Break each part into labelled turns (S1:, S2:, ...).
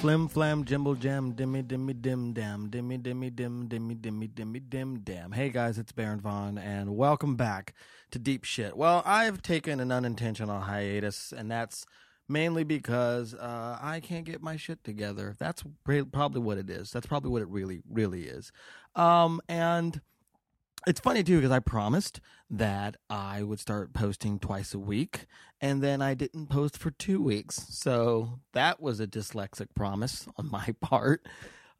S1: Flim flam jimble jam dimmy dimmy dim dam dimmy dimmy dim dimmy dimmy dimmy dim dam. Hey guys, it's Baron Vaughn and welcome back to Deep Shit. Well, I've taken an unintentional hiatus and that's mainly because uh, I can't get my shit together. That's pre- probably what it is. That's probably what it really really is. Um and it's funny too because I promised that I would start posting twice a week, and then I didn't post for two weeks. So that was a dyslexic promise on my part.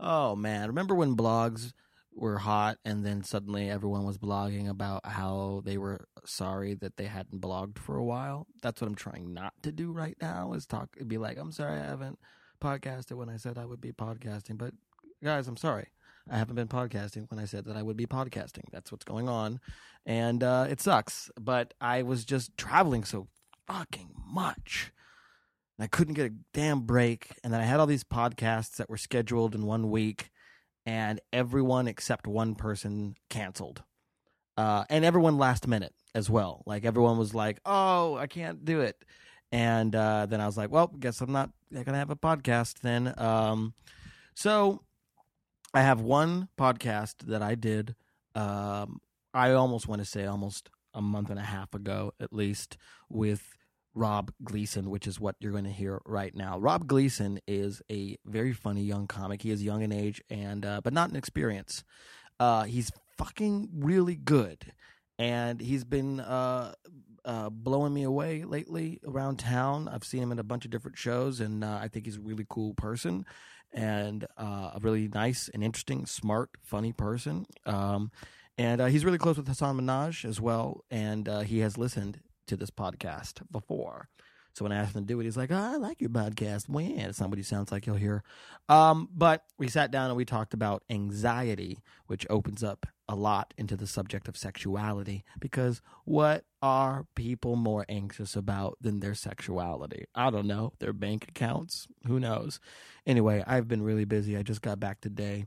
S1: Oh man, remember when blogs were hot, and then suddenly everyone was blogging about how they were sorry that they hadn't blogged for a while? That's what I'm trying not to do right now. Is talk be like, I'm sorry I haven't podcasted when I said I would be podcasting, but guys, I'm sorry. I haven't been podcasting when I said that I would be podcasting. That's what's going on. And uh, it sucks. But I was just traveling so fucking much. And I couldn't get a damn break. And then I had all these podcasts that were scheduled in one week. And everyone except one person canceled. Uh, and everyone last minute as well. Like everyone was like, oh, I can't do it. And uh, then I was like, well, guess I'm not going to have a podcast then. Um, so I have one podcast that I did. Um, I almost want to say almost a month and a half ago, at least, with Rob Gleason, which is what you're going to hear right now. Rob Gleason is a very funny young comic. He is young in age and uh, but not in experience. Uh, he's fucking really good, and he's been uh, uh, blowing me away lately around town. I've seen him in a bunch of different shows, and uh, I think he's a really cool person and uh, a really nice and interesting, smart, funny person. Um, and uh, he's really close with Hassan Minaj as well. And uh, he has listened to this podcast before. So when I asked him to do it, he's like, oh, I like your podcast. When somebody sounds like you'll hear. Um, but we sat down and we talked about anxiety, which opens up a lot into the subject of sexuality. Because what are people more anxious about than their sexuality? I don't know. Their bank accounts? Who knows? Anyway, I've been really busy. I just got back today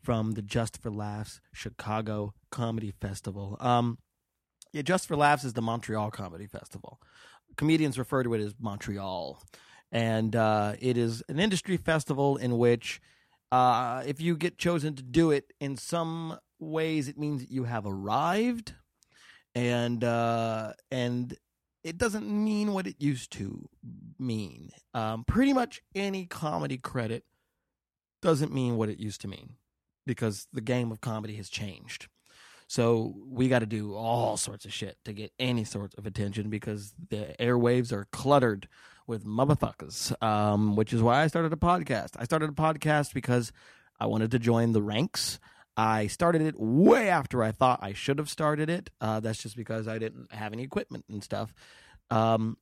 S1: from the Just for Laughs Chicago Comedy Festival. Um, yeah, Just for Laughs is the Montreal Comedy Festival. Comedians refer to it as Montreal, and uh, it is an industry festival in which, uh, if you get chosen to do it, in some ways it means that you have arrived, and uh, and it doesn't mean what it used to mean. Um, pretty much any comedy credit doesn't mean what it used to mean because the game of comedy has changed. So we got to do all sorts of shit to get any sort of attention because the airwaves are cluttered with motherfuckers, um, which is why I started a podcast. I started a podcast because I wanted to join the ranks. I started it way after I thought I should have started it. Uh, that's just because I didn't have any equipment and stuff. Um,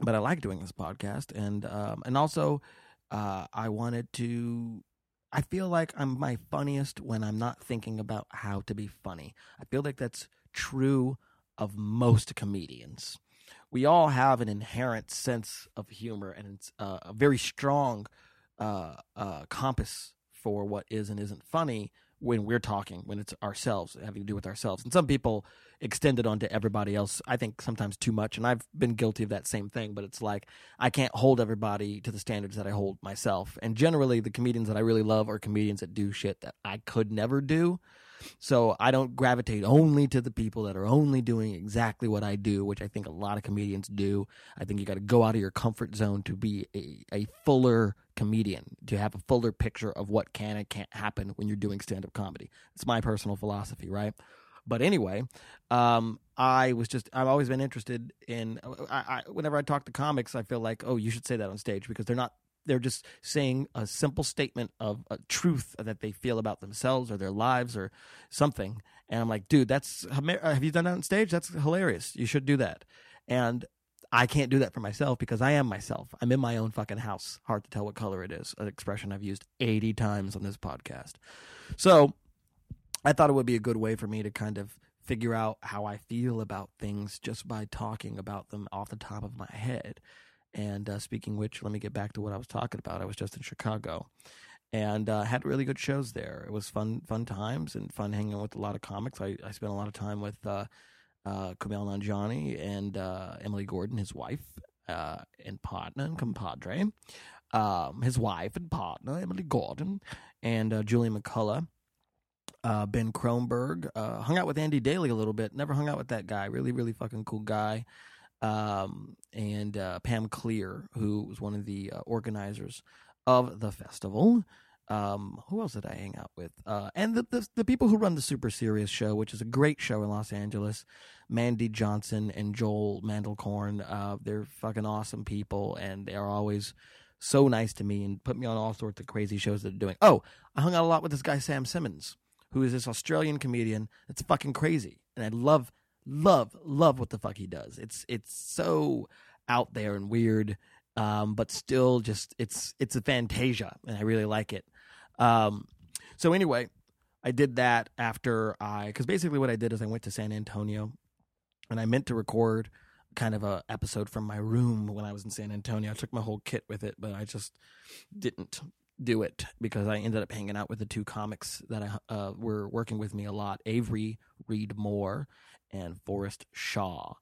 S1: but I like doing this podcast, and um, and also uh, I wanted to I feel like I'm my funniest when I'm not thinking about how to be funny. I feel like that's true of most comedians. We all have an inherent sense of humor and it's uh, a very strong uh, uh, compass for what is and isn't funny when we're talking, when it's ourselves, having to do with ourselves. And some people extend it onto everybody else, I think sometimes too much. And I've been guilty of that same thing, but it's like I can't hold everybody to the standards that I hold myself. And generally, the comedians that I really love are comedians that do shit that I could never do. So I don't gravitate only to the people that are only doing exactly what I do, which I think a lot of comedians do. I think you got to go out of your comfort zone to be a, a fuller comedian, to have a fuller picture of what can and can't happen when you're doing stand up comedy. It's my personal philosophy, right? But anyway, um, I was just, I've always been interested in, I, I, whenever I talk to comics, I feel like, oh, you should say that on stage because they're not, they're just saying a simple statement of a truth that they feel about themselves or their lives or something. And I'm like, dude, that's, hama- uh, have you done that on stage? That's hilarious. You should do that. And I can't do that for myself because I am myself. I'm in my own fucking house. Hard to tell what color it is. An expression I've used 80 times on this podcast. So, I thought it would be a good way for me to kind of figure out how I feel about things just by talking about them off the top of my head. And uh, speaking which, let me get back to what I was talking about. I was just in Chicago and uh, had really good shows there. It was fun, fun times and fun hanging with a lot of comics. I, I spent a lot of time with uh, uh, Kumail Nanjiani and uh, Emily Gordon, his wife, uh, and partner and compadre. um, his wife and partner, Emily Gordon, and uh, Julie McCullough. Uh, ben Kronberg uh, hung out with Andy Daly a little bit. Never hung out with that guy. Really, really fucking cool guy. Um, and uh, Pam Clear, who was one of the uh, organizers of the festival. Um, who else did I hang out with? Uh, and the, the the people who run the Super Serious show, which is a great show in Los Angeles. Mandy Johnson and Joel Mandelkorn. Uh, they're fucking awesome people, and they are always so nice to me and put me on all sorts of crazy shows that they're doing. Oh, I hung out a lot with this guy Sam Simmons, who is this Australian comedian that's fucking crazy, and I love, love, love what the fuck he does. It's it's so out there and weird, um, but still just it's it's a fantasia, and I really like it. Um, so anyway, I did that after I because basically what I did is I went to San Antonio and I meant to record kind of a episode from my room when I was in San Antonio. I took my whole kit with it, but I just didn't do it because I ended up hanging out with the two comics that I, uh, were working with me a lot: Avery Reed Moore and Forrest Shaw.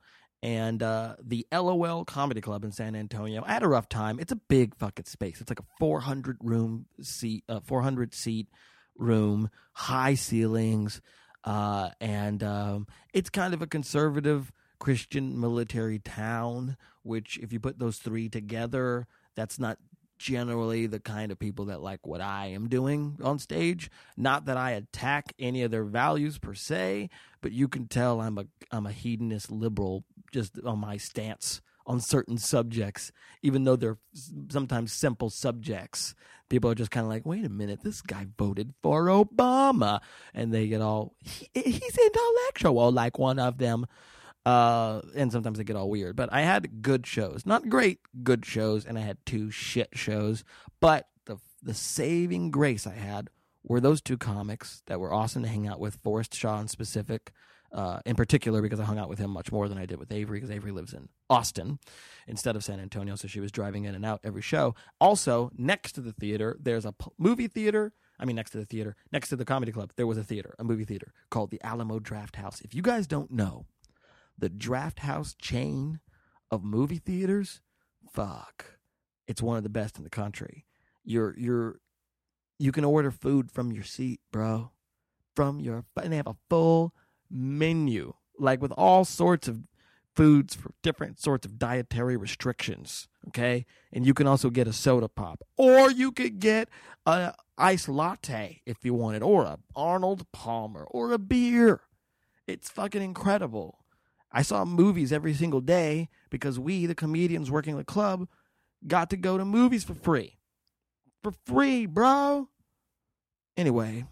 S1: And uh, the LOL Comedy Club in San Antonio. I had a rough time. It's a big fucking space. It's like a 400 room seat, uh, 400 seat room, high ceilings, uh, and um, it's kind of a conservative Christian military town. Which, if you put those three together, that's not generally the kind of people that like what I am doing on stage. Not that I attack any of their values per se, but you can tell I'm a I'm a hedonist liberal just on my stance on certain subjects, even though they're s- sometimes simple subjects. People are just kind of like, wait a minute, this guy voted for Obama, and they get all he, he's intellectual, like one of them. Uh, and sometimes they get all weird. But I had good shows, not great, good shows, and I had two shit shows. But the the saving grace I had were those two comics that were awesome to hang out with, Forrest Shaw in specific, uh, in particular because I hung out with him much more than I did with Avery because Avery lives in Austin instead of San Antonio, so she was driving in and out every show. Also, next to the theater, there's a p- movie theater. I mean, next to the theater, next to the comedy club, there was a theater, a movie theater called the Alamo Draft House. If you guys don't know, the draft house chain of movie theaters fuck it's one of the best in the country you're you're you can order food from your seat bro from your and they have a full menu like with all sorts of foods for different sorts of dietary restrictions okay and you can also get a soda pop or you could get a iced latte if you wanted or a arnold palmer or a beer it's fucking incredible I saw movies every single day because we, the comedians working the club, got to go to movies for free. For free, bro. Anyway,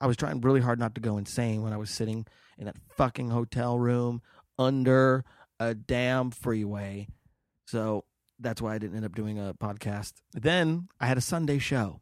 S1: I was trying really hard not to go insane when I was sitting in that fucking hotel room under a damn freeway. So that's why I didn't end up doing a podcast. Then I had a Sunday show,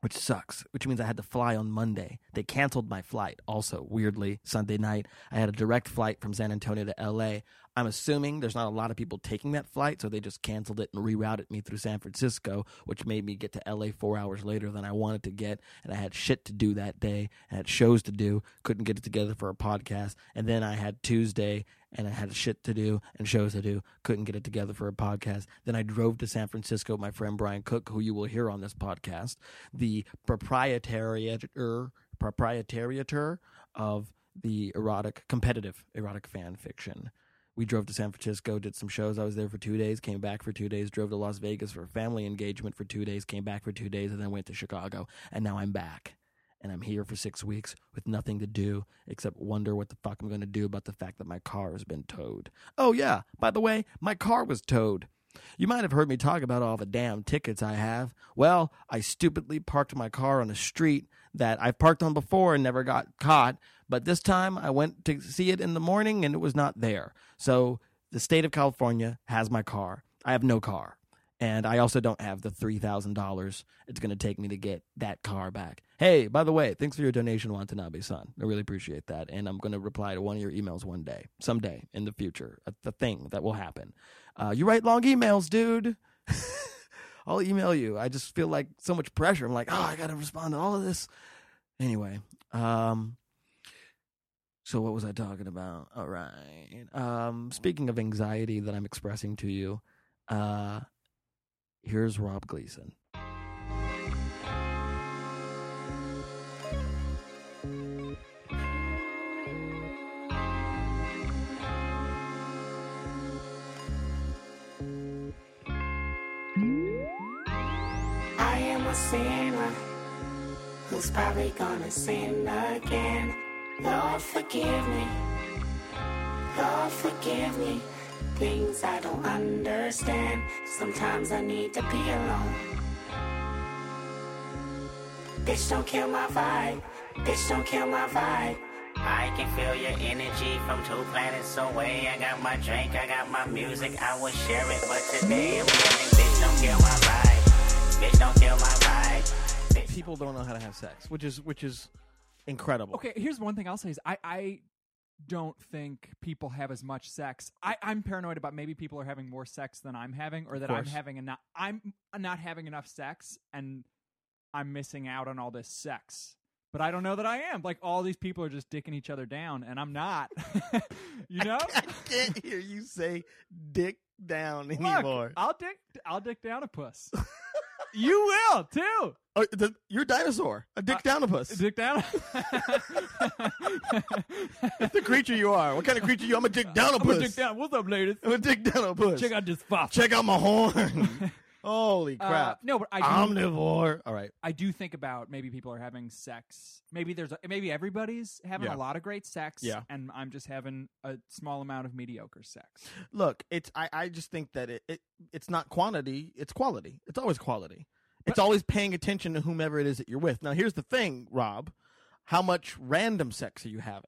S1: which sucks, which means I had to fly on Monday. They canceled my flight also, weirdly, Sunday night. I had a direct flight from San Antonio to LA. I'm assuming there's not a lot of people taking that flight, so they just canceled it and rerouted me through San Francisco, which made me get to LA four hours later than I wanted to get. And I had shit to do that day, I had shows to do, couldn't get it together for a podcast. And then I had Tuesday, and I had shit to do and shows to do, couldn't get it together for a podcast. Then I drove to San Francisco, with my friend Brian Cook, who you will hear on this podcast, the proprietariator, proprietariator of the erotic, competitive erotic fan fiction we drove to San Francisco, did some shows. I was there for two days, came back for two days, drove to Las Vegas for a family engagement for two days, came back for two days, and then went to Chicago. And now I'm back. And I'm here for six weeks with nothing to do except wonder what the fuck I'm going to do about the fact that my car has been towed. Oh, yeah. By the way, my car was towed. You might have heard me talk about all the damn tickets I have. Well, I stupidly parked my car on a street that I've parked on before and never got caught, but this time I went to see it in the morning and it was not there. So the state of California has my car. I have no car. And I also don't have the $3,000 it's going to take me to get that car back. Hey, by the way, thanks for your donation, Watanabe san. I really appreciate that. And I'm going to reply to one of your emails one day, someday in the future, a, the thing that will happen. Uh, you write long emails, dude. I'll email you. I just feel like so much pressure. I'm like, oh, I got to respond to all of this. Anyway, um, so what was I talking about? All right. Um, speaking of anxiety that I'm expressing to you, uh, Here's Rob Gleason.
S2: I am a sinner who's probably gonna sin again. Lord, forgive me. Lord, forgive me. Things I don't understand. Sometimes I need to be alone. Bitch, don't kill my vibe. Bitch, don't kill my vibe. I can feel your energy from two planets away. I got my drink, I got my music, I will share it. But today I'm yelling, bitch, don't kill my vibe. Bitch, don't kill my vibe. Bitch,
S1: People don't know how to have sex, which is which is incredible.
S3: Okay, here's one thing I'll say is I, I don't think people have as much sex. I, I'm paranoid about maybe people are having more sex than I'm having, or that I'm
S1: course.
S3: having enough. I'm not having enough sex, and I'm missing out on all this sex. But I don't know that I am. Like all these people are just dicking each other down, and I'm not. you know.
S1: I can't hear you say "dick down" anymore.
S3: Look, I'll dick. I'll dick down a puss. you will too.
S1: Oh, the, you're a dinosaur, a dick down a puss.
S3: Dick down.
S1: the creature you are. What kind of creature you? I'm a dick down a
S3: I'm a
S1: puss.
S3: dick down. What's up, ladies?
S1: I'm a dick down a puss.
S3: Check out this fop.
S1: Check out my horn. Holy
S3: Uh,
S1: crap! Um,
S3: no, but I do,
S1: Omnivore. All right.
S3: I do think about maybe people are having sex. Maybe there's a, maybe everybody's having
S1: Yeah.
S3: a lot of great sex.
S1: Yeah.
S3: and I'm just having a small amount of mediocre sex.
S1: Look, it's I, I just think that it, it it's not quantity, it's quality. It's always quality. It's always paying attention to whomever it is that you're with. Now here's the thing, Rob. How much random sex are you having?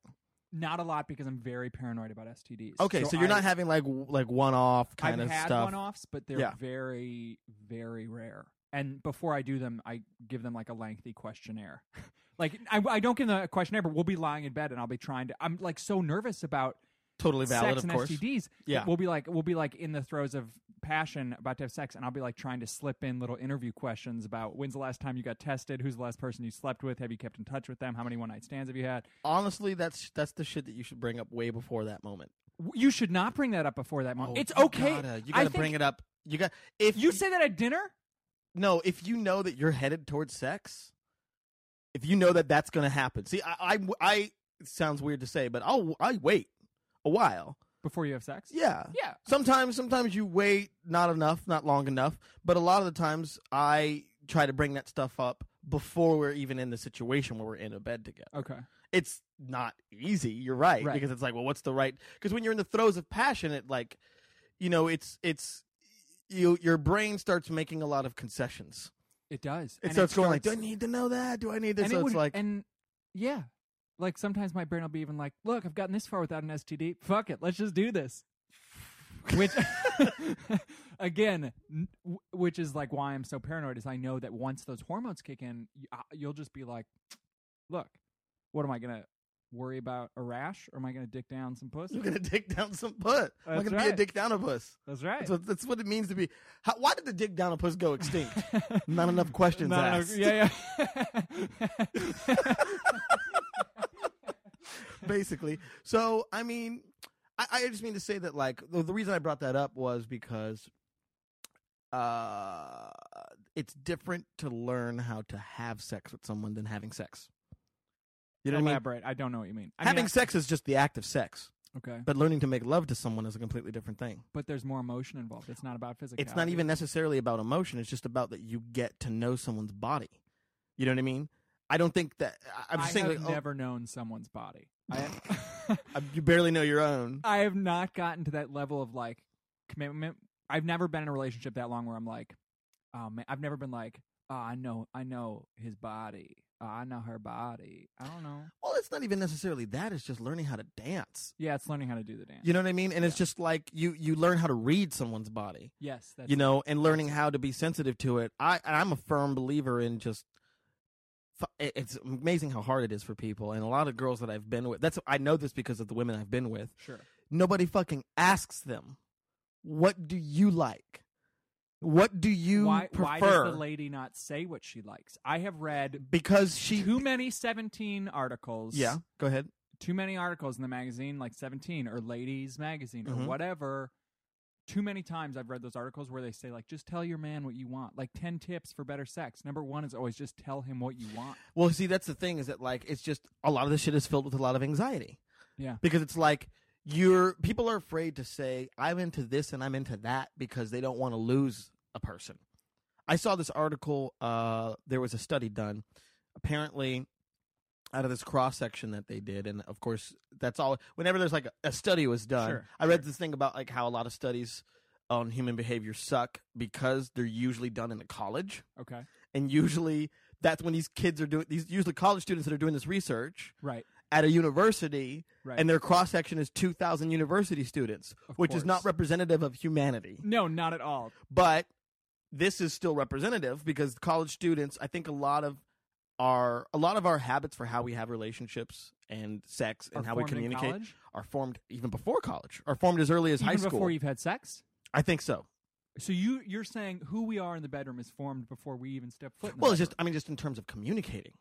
S3: Not a lot because I'm very paranoid about STDs.
S1: Okay, so, you're
S3: I-
S1: not having like w- like one off
S3: I've
S1: kind of
S3: had
S1: stuff.
S3: one-offs, but they're
S1: Yeah.
S3: very very rare. And before I do them, I give them like a lengthy questionnaire. like I, I don't give them a questionnaire, but we'll be lying in bed and I'll be trying to. I'm like so nervous about
S1: Totally valid,
S3: sex
S1: of
S3: and
S1: course.
S3: STDs.
S1: Yeah.
S3: we'll be like we'll be like in the throes of passion, about to have sex, and I'll be like trying to slip in little interview questions about when's the last time you got tested, who's the last person you slept with, have you kept in touch with them, how many one night stands have you had.
S1: Honestly, that's that's the shit that you should bring up way before that moment.
S3: W- You should not bring that up before that
S1: Oh,
S3: moment. it's
S1: you
S3: okay.
S1: Gotta, you
S3: I
S1: gotta
S3: think-
S1: bring it up. You got if
S3: You say that at dinner.
S1: No, if you know that you're headed towards sex, if you know that that's going to happen. See, I, I, I it sounds weird to say, but I'll I wait a while.
S3: Before you have sex?
S1: Yeah.
S3: Yeah.
S1: Sometimes, sometimes you wait not enough, not long enough. But a lot of the times, I try to bring that stuff up before we're even in the situation where we're in a bed together.
S3: Okay.
S1: It's not easy. You're right,
S3: Right.
S1: because it's like, well, what's the right? Because when you're in the throes of passion, it like, you know, it's it's you your brain starts making a lot of concessions.
S3: It does.
S1: It
S3: And
S1: starts
S3: it
S1: going like, do I
S3: starts-
S1: need to know that? Do I need this?
S3: and
S1: so
S3: it
S1: it's
S3: would-
S1: like,
S3: and yeah. Like sometimes my brain will be even like, look, I've gotten this far without an STD. Fuck it, let's just do this. Which, again, n- w- which is like why I'm so paranoid is I know that once those hormones kick in, y- I- you'll just be like, look, what am I gonna worry about a rash or am I gonna dick down some
S1: I'm
S3: pussy?
S1: gonna dick down some puss. I'm
S3: That's
S1: gonna be a
S3: right.
S1: dick down a puss.
S3: That's right.
S1: That's what, that's what it means to be. How, why did the dick down a puss go extinct? Not enough questions
S3: No, no, no,
S1: asked.
S3: yeah, yeah.
S1: basically. So I mean, I, I just mean to say that like the, the reason I brought that up was because uh, it's different to learn how to have sex with someone than having sex. You know what I mean?
S3: Elaborate. I don't know what you mean. I mean,
S1: having
S3: I-
S1: sex is just the act of sex,
S3: Okay.
S1: but learning to make love to someone is a completely different thing.
S3: but there's more emotion involved. It's not about physicality.
S1: it's not even necessarily about emotion. It's just about that you get to know someone's body. You know what I mean? I don't think that I- I'm
S3: i
S1: just saying.
S3: have
S1: Like, oh,
S3: never known someone's body. I,
S1: I- you barely know your own.
S3: I have not gotten to that level of like commitment. I've never been in a relationship that long where I'm like, oh man, I've never been like, oh, I know, I know his body. Oh, I know her body. I don't know.
S1: Well, it's not even necessarily that. It's just learning how to dance.
S3: Yeah, it's learning how to do the dance.
S1: You know what I mean? And it's
S3: Yeah.
S1: just like you you learn how to read someone's body.
S3: yes, that's
S1: You know, and learning how to be sensitive to it. I and I'm a firm believer in just. fu- it- It's amazing how hard it is for people, and a lot of girls that I've been with. That's I know this because of the women I've been with.
S3: sure.
S1: nobody fucking asks them, "What do you like? What do you
S3: why
S1: prefer?"
S3: why does the lady not say what she likes? I have read
S1: because she,
S3: too many 17 articles.
S1: yeah, go ahead.
S3: too many articles in the magazine, like 17 or Ladies Magazine or
S1: Mhm.
S3: whatever, too many times I've read those articles where they say like just tell your man what you want. Like 10 tips for better sex. Number 1 is always just tell him what you want.
S1: Well, see, that's the thing is that like it's just a lot of this shit is filled with a lot of anxiety.
S3: Yeah.
S1: Because it's like you're people are afraid to say I'm into this and I'm into that because they don't want to lose a person. I saw this article. Uh, there was a study done, apparently, out of this cross section that they did, and of course, that's all. Whenever there's like a, a study was done,
S3: Sure,
S1: I read this thing about like how a lot of studies on human behavior suck because they're usually done in a college
S3: Okay.
S1: and usually that's when these kids are doing these usually college students that are doing this research
S3: Right.
S1: at a university
S3: Right.
S1: and their cross section is 2000 university students
S3: Of
S1: which is not
S3: course.
S1: representative of humanity
S3: No, not at all.
S1: but this is still representative because college students i think a lot of our a lot of our habits for how we have relationships and sex and
S3: Are
S1: how we
S3: formed in
S1: communicate
S3: college?
S1: are formed even before college are formed as early as high
S3: Even
S1: school
S3: before you've had sex?
S1: i think so
S3: So you you're saying who we are in the bedroom is formed before we even step foot in the
S1: well it's
S3: bedroom.
S1: just i mean just in terms of communicating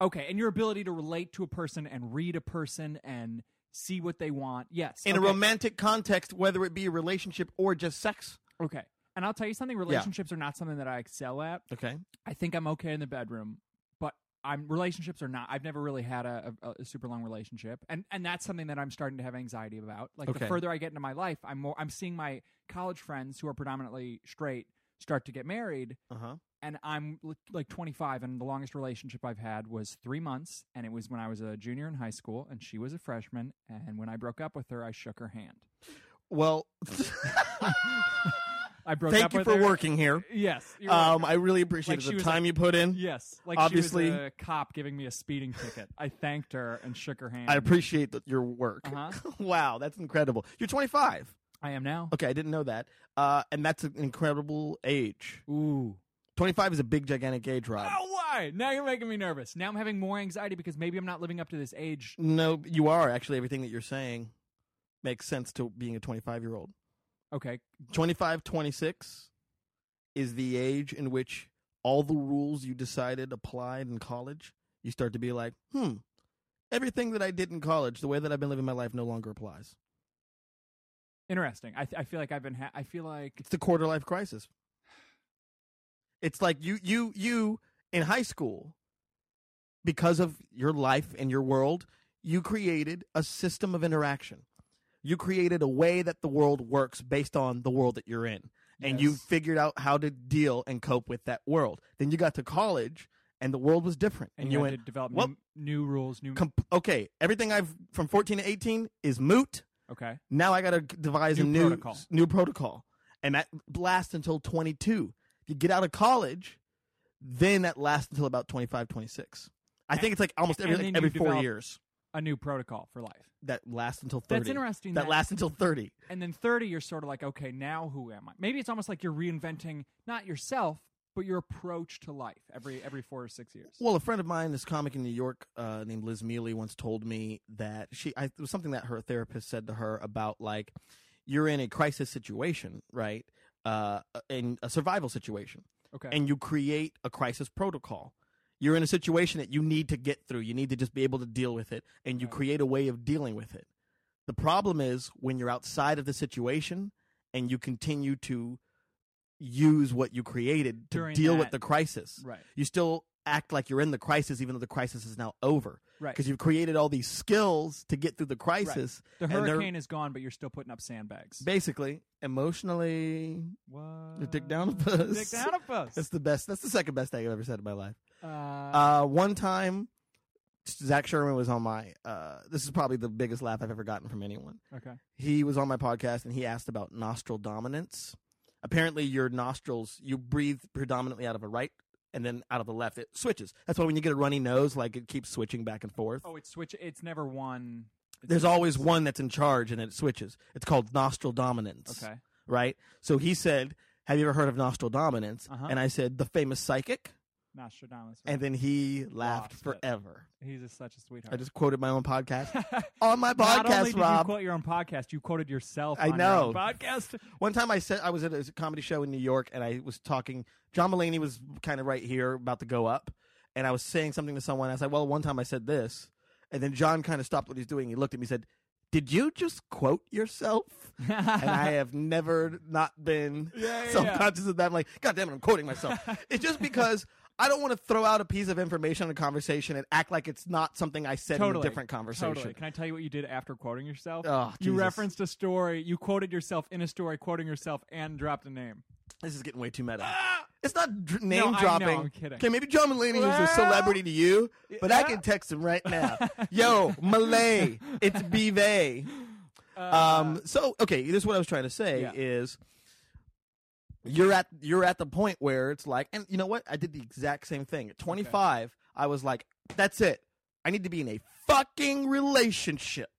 S3: Okay, and your ability to relate to a person and read a person and see what they want. Yes.
S1: in
S3: okay.
S1: a romantic context, whether it be a relationship or just sex.
S3: Okay. And I'll tell you something relationships are not something that I excel at.
S1: Okay.
S3: I think I'm okay in the bedroom, but I'm relationships are not. I've never really had a, a, a super long relationship, and and that's something that I'm starting to have anxiety about. Like
S1: Okay.
S3: the further I get into my life, I'm more. I'm seeing my college friends who are predominantly straight start to get married,
S1: Uh huh.
S3: and I'm li- like 25, and the longest relationship I've had was three months, and it was when I was a junior in high school, and she was a freshman, and when I broke up with her, I shook her hand.
S1: Well,
S3: I broke
S1: thank
S3: up
S1: you
S3: with
S1: for
S3: her.
S1: working here.
S3: Yes. you're
S1: Um,
S3: welcome.
S1: I really appreciate
S3: Like she
S1: the
S3: was
S1: time you put in.
S3: Yes, like
S1: Obviously-
S3: she was a cop giving me a speeding ticket. I thanked her and shook her hand.
S1: I appreciate the, your work.
S3: Uh-huh.
S1: wow, that's incredible. You're 25.
S3: I am now.
S1: Okay, I didn't know that. Uh, and that's an incredible age.
S3: Ooh.
S1: 25 is a big, gigantic age, Rob.
S3: Oh, why? Now you're making me nervous. Now I'm having more anxiety because maybe I'm not living up to this age.
S1: No, you are actually. Everything that you're saying makes sense to being a 25 year old.
S3: Okay.
S1: 25, 26 is the age in which all the rules you decided applied in college, you start to be like, hmm, everything that I did in college, the way that I've been living my life no longer applies.
S3: Interesting. I, th- I feel like I've been. Ha- I feel like.
S1: It's the quarter life crisis. It's like you, you, you in high school, because of your life and your world, you created a system of interaction. You created a way that the world works based on the world that you're in. and you
S3: Yes.
S1: figured out how to deal and cope with that world. Then you got to college, and the world was different.
S3: and you, had
S1: went,
S3: to develop
S1: "Well,
S3: new, new rules, new.
S1: comp- okay, everything I've from 14 to 18 is moot.
S3: okay.
S1: Now I got to devise a
S3: New
S1: new
S3: protocol.
S1: new protocol, and that lasts until 22. If you get out of college, then that lasts until about 25, 26. I think it's like almost every
S3: and
S1: like
S3: then you
S1: every four
S3: develop
S1: years
S3: A new protocol for life.
S1: that lasts until 30.
S3: That's interesting.
S1: That, lasts until 30.
S3: And then 30, you're sort of like, okay, now who am I? Maybe it's almost like you're reinventing not yourself, but your approach to life every every four or six years.
S1: Well, a friend of mine, this comic in New York uh, named Liz Mealy, once told me that she I, it was something that her therapist said to her about like you're in a crisis situation, right? Uh, in a survival situation,
S3: Okay.
S1: and you create a crisis protocol. You're in a situation that you need to get through. You need to just be able to deal with it, and you
S3: Right.
S1: create a way of dealing with it. The problem is when you're outside of the situation and you continue to use what you created to
S3: During
S1: deal with
S3: that-
S1: the crisis
S3: right.
S1: you still act like you're in the crisis even though the crisis is now over
S3: Right.
S1: because you've created all these skills to get through the crisis
S3: The
S1: and they're-
S3: hurricane is gone, but you're still putting up sandbags.
S1: basically emotionally
S3: what?
S1: the dick down a puss.
S3: Dick Uh, down a puss.
S1: that's the best that's the second best thing i've ever said in my life
S3: Uh,
S1: uh, one time zach sherman was on my uh, this is probably the biggest laugh i've ever gotten from anyone
S3: okay.
S1: he was on my podcast and he asked about nostril dominance apparently your nostrils you breathe predominantly out of a right and then out of the left it switches that's why when you get a runny nose like it keeps switching back and forth
S3: Oh, it's switch. It's never one. It's
S1: there's
S3: never-
S1: always one that's in charge and it switches. It's called nostril dominance.
S3: Okay.
S1: Right? So he said, Have you ever heard of nostril dominance?
S3: Uh-huh.
S1: And I said, The famous psychic.
S3: Nostradamus.
S1: And then he laughed
S3: Lost it.
S1: forever.
S3: he's just such a sweetheart.
S1: I just quoted my own podcast on my podcast,
S3: Not only did you
S1: Rob.
S3: quote your own podcast, you quoted yourself.
S1: I
S3: on your
S1: know.
S3: own podcast.
S1: One time I said I was at a comedy show in New York and I was talking. John Mulaney was kind of right here about to go up, and I was saying something to someone. I said, "Well, one time I said this," and then John kind of stopped what he's doing. He looked at me, and said, did you just quote yourself? and I have never not been
S3: Yeah, yeah,
S1: self-conscious of that. I'm like, God damn it, I'm quoting myself. it's just because I don't want to throw out a piece of information in a conversation and act like it's not something I said in a
S3: Totally.
S1: different conversation.
S3: Totally. Can I tell you what you did after quoting yourself?
S1: Oh,
S3: you
S1: Jesus.
S3: referenced a story. You quoted yourself in a story, quoting yourself, and dropped a name.
S1: This is getting way too meta. It's not dr- name
S3: Ah! I know,
S1: dropping.
S3: I'm kidding.
S1: Okay, maybe John Mulaney is a
S3: Well-
S1: celebrity to you, but I
S3: Yeah.
S1: can text him right now. Yo, Malay, it's Bive.
S3: Uh,
S1: Um, so okay, this is what I was trying to say
S3: Uh-huh. Yeah.
S1: is you're at you're at the point where it's like, and you know what? I did the exact same thing. At 25, I was like, that's it. I need to be in a fucking relationship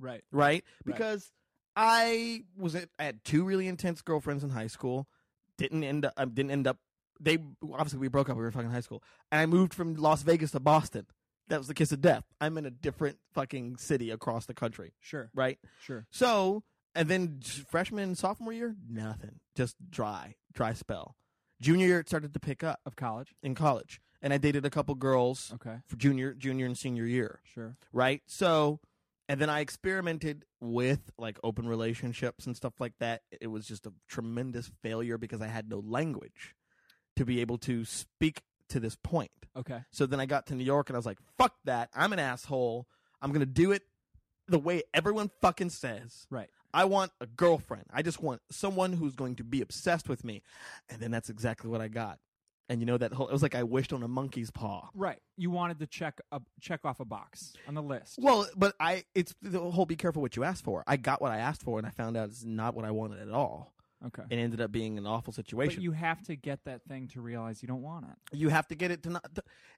S3: Right.
S1: right? Because I was at, I had two really intense girlfriends in high school. Didn't end up. um, Didn't end up. They obviously we broke up. We were fucking high school, and I moved from Las Vegas to Boston. That was the kiss of death. I'm in a different fucking city across the country,
S3: Sure.
S1: right?
S3: Sure.
S1: So, and then freshman and sophomore year, nothing. Just dry, dry spell. Junior year, it started to pick up
S3: Of college.
S1: in college, and I dated a couple girls
S3: Okay.
S1: for junior, junior and senior year
S3: Sure.
S1: right? So, and then I experimented with like open relationships and stuff like that. It was just a tremendous failure because I had no language to be able to speak to this point.
S3: Okay.
S1: So then I got to New York and I was like, fuck that. I'm an asshole. I'm going to do it the way everyone fucking says.
S3: Right.
S1: I want a girlfriend. I just want someone who's going to be obsessed with me. And then that's exactly what I got. And you know that whole it was like I wished on a monkey's paw.
S3: Right. You wanted to check a check off a box on the list.
S1: Well, but I it's the whole be careful what you ask for. I got what I asked for and I found out it's not what I wanted at all.
S3: Okay.
S1: It ended up being an awful
S3: But
S1: situation.
S3: you have to get that thing to realize you don't want it.
S1: You have to get it to not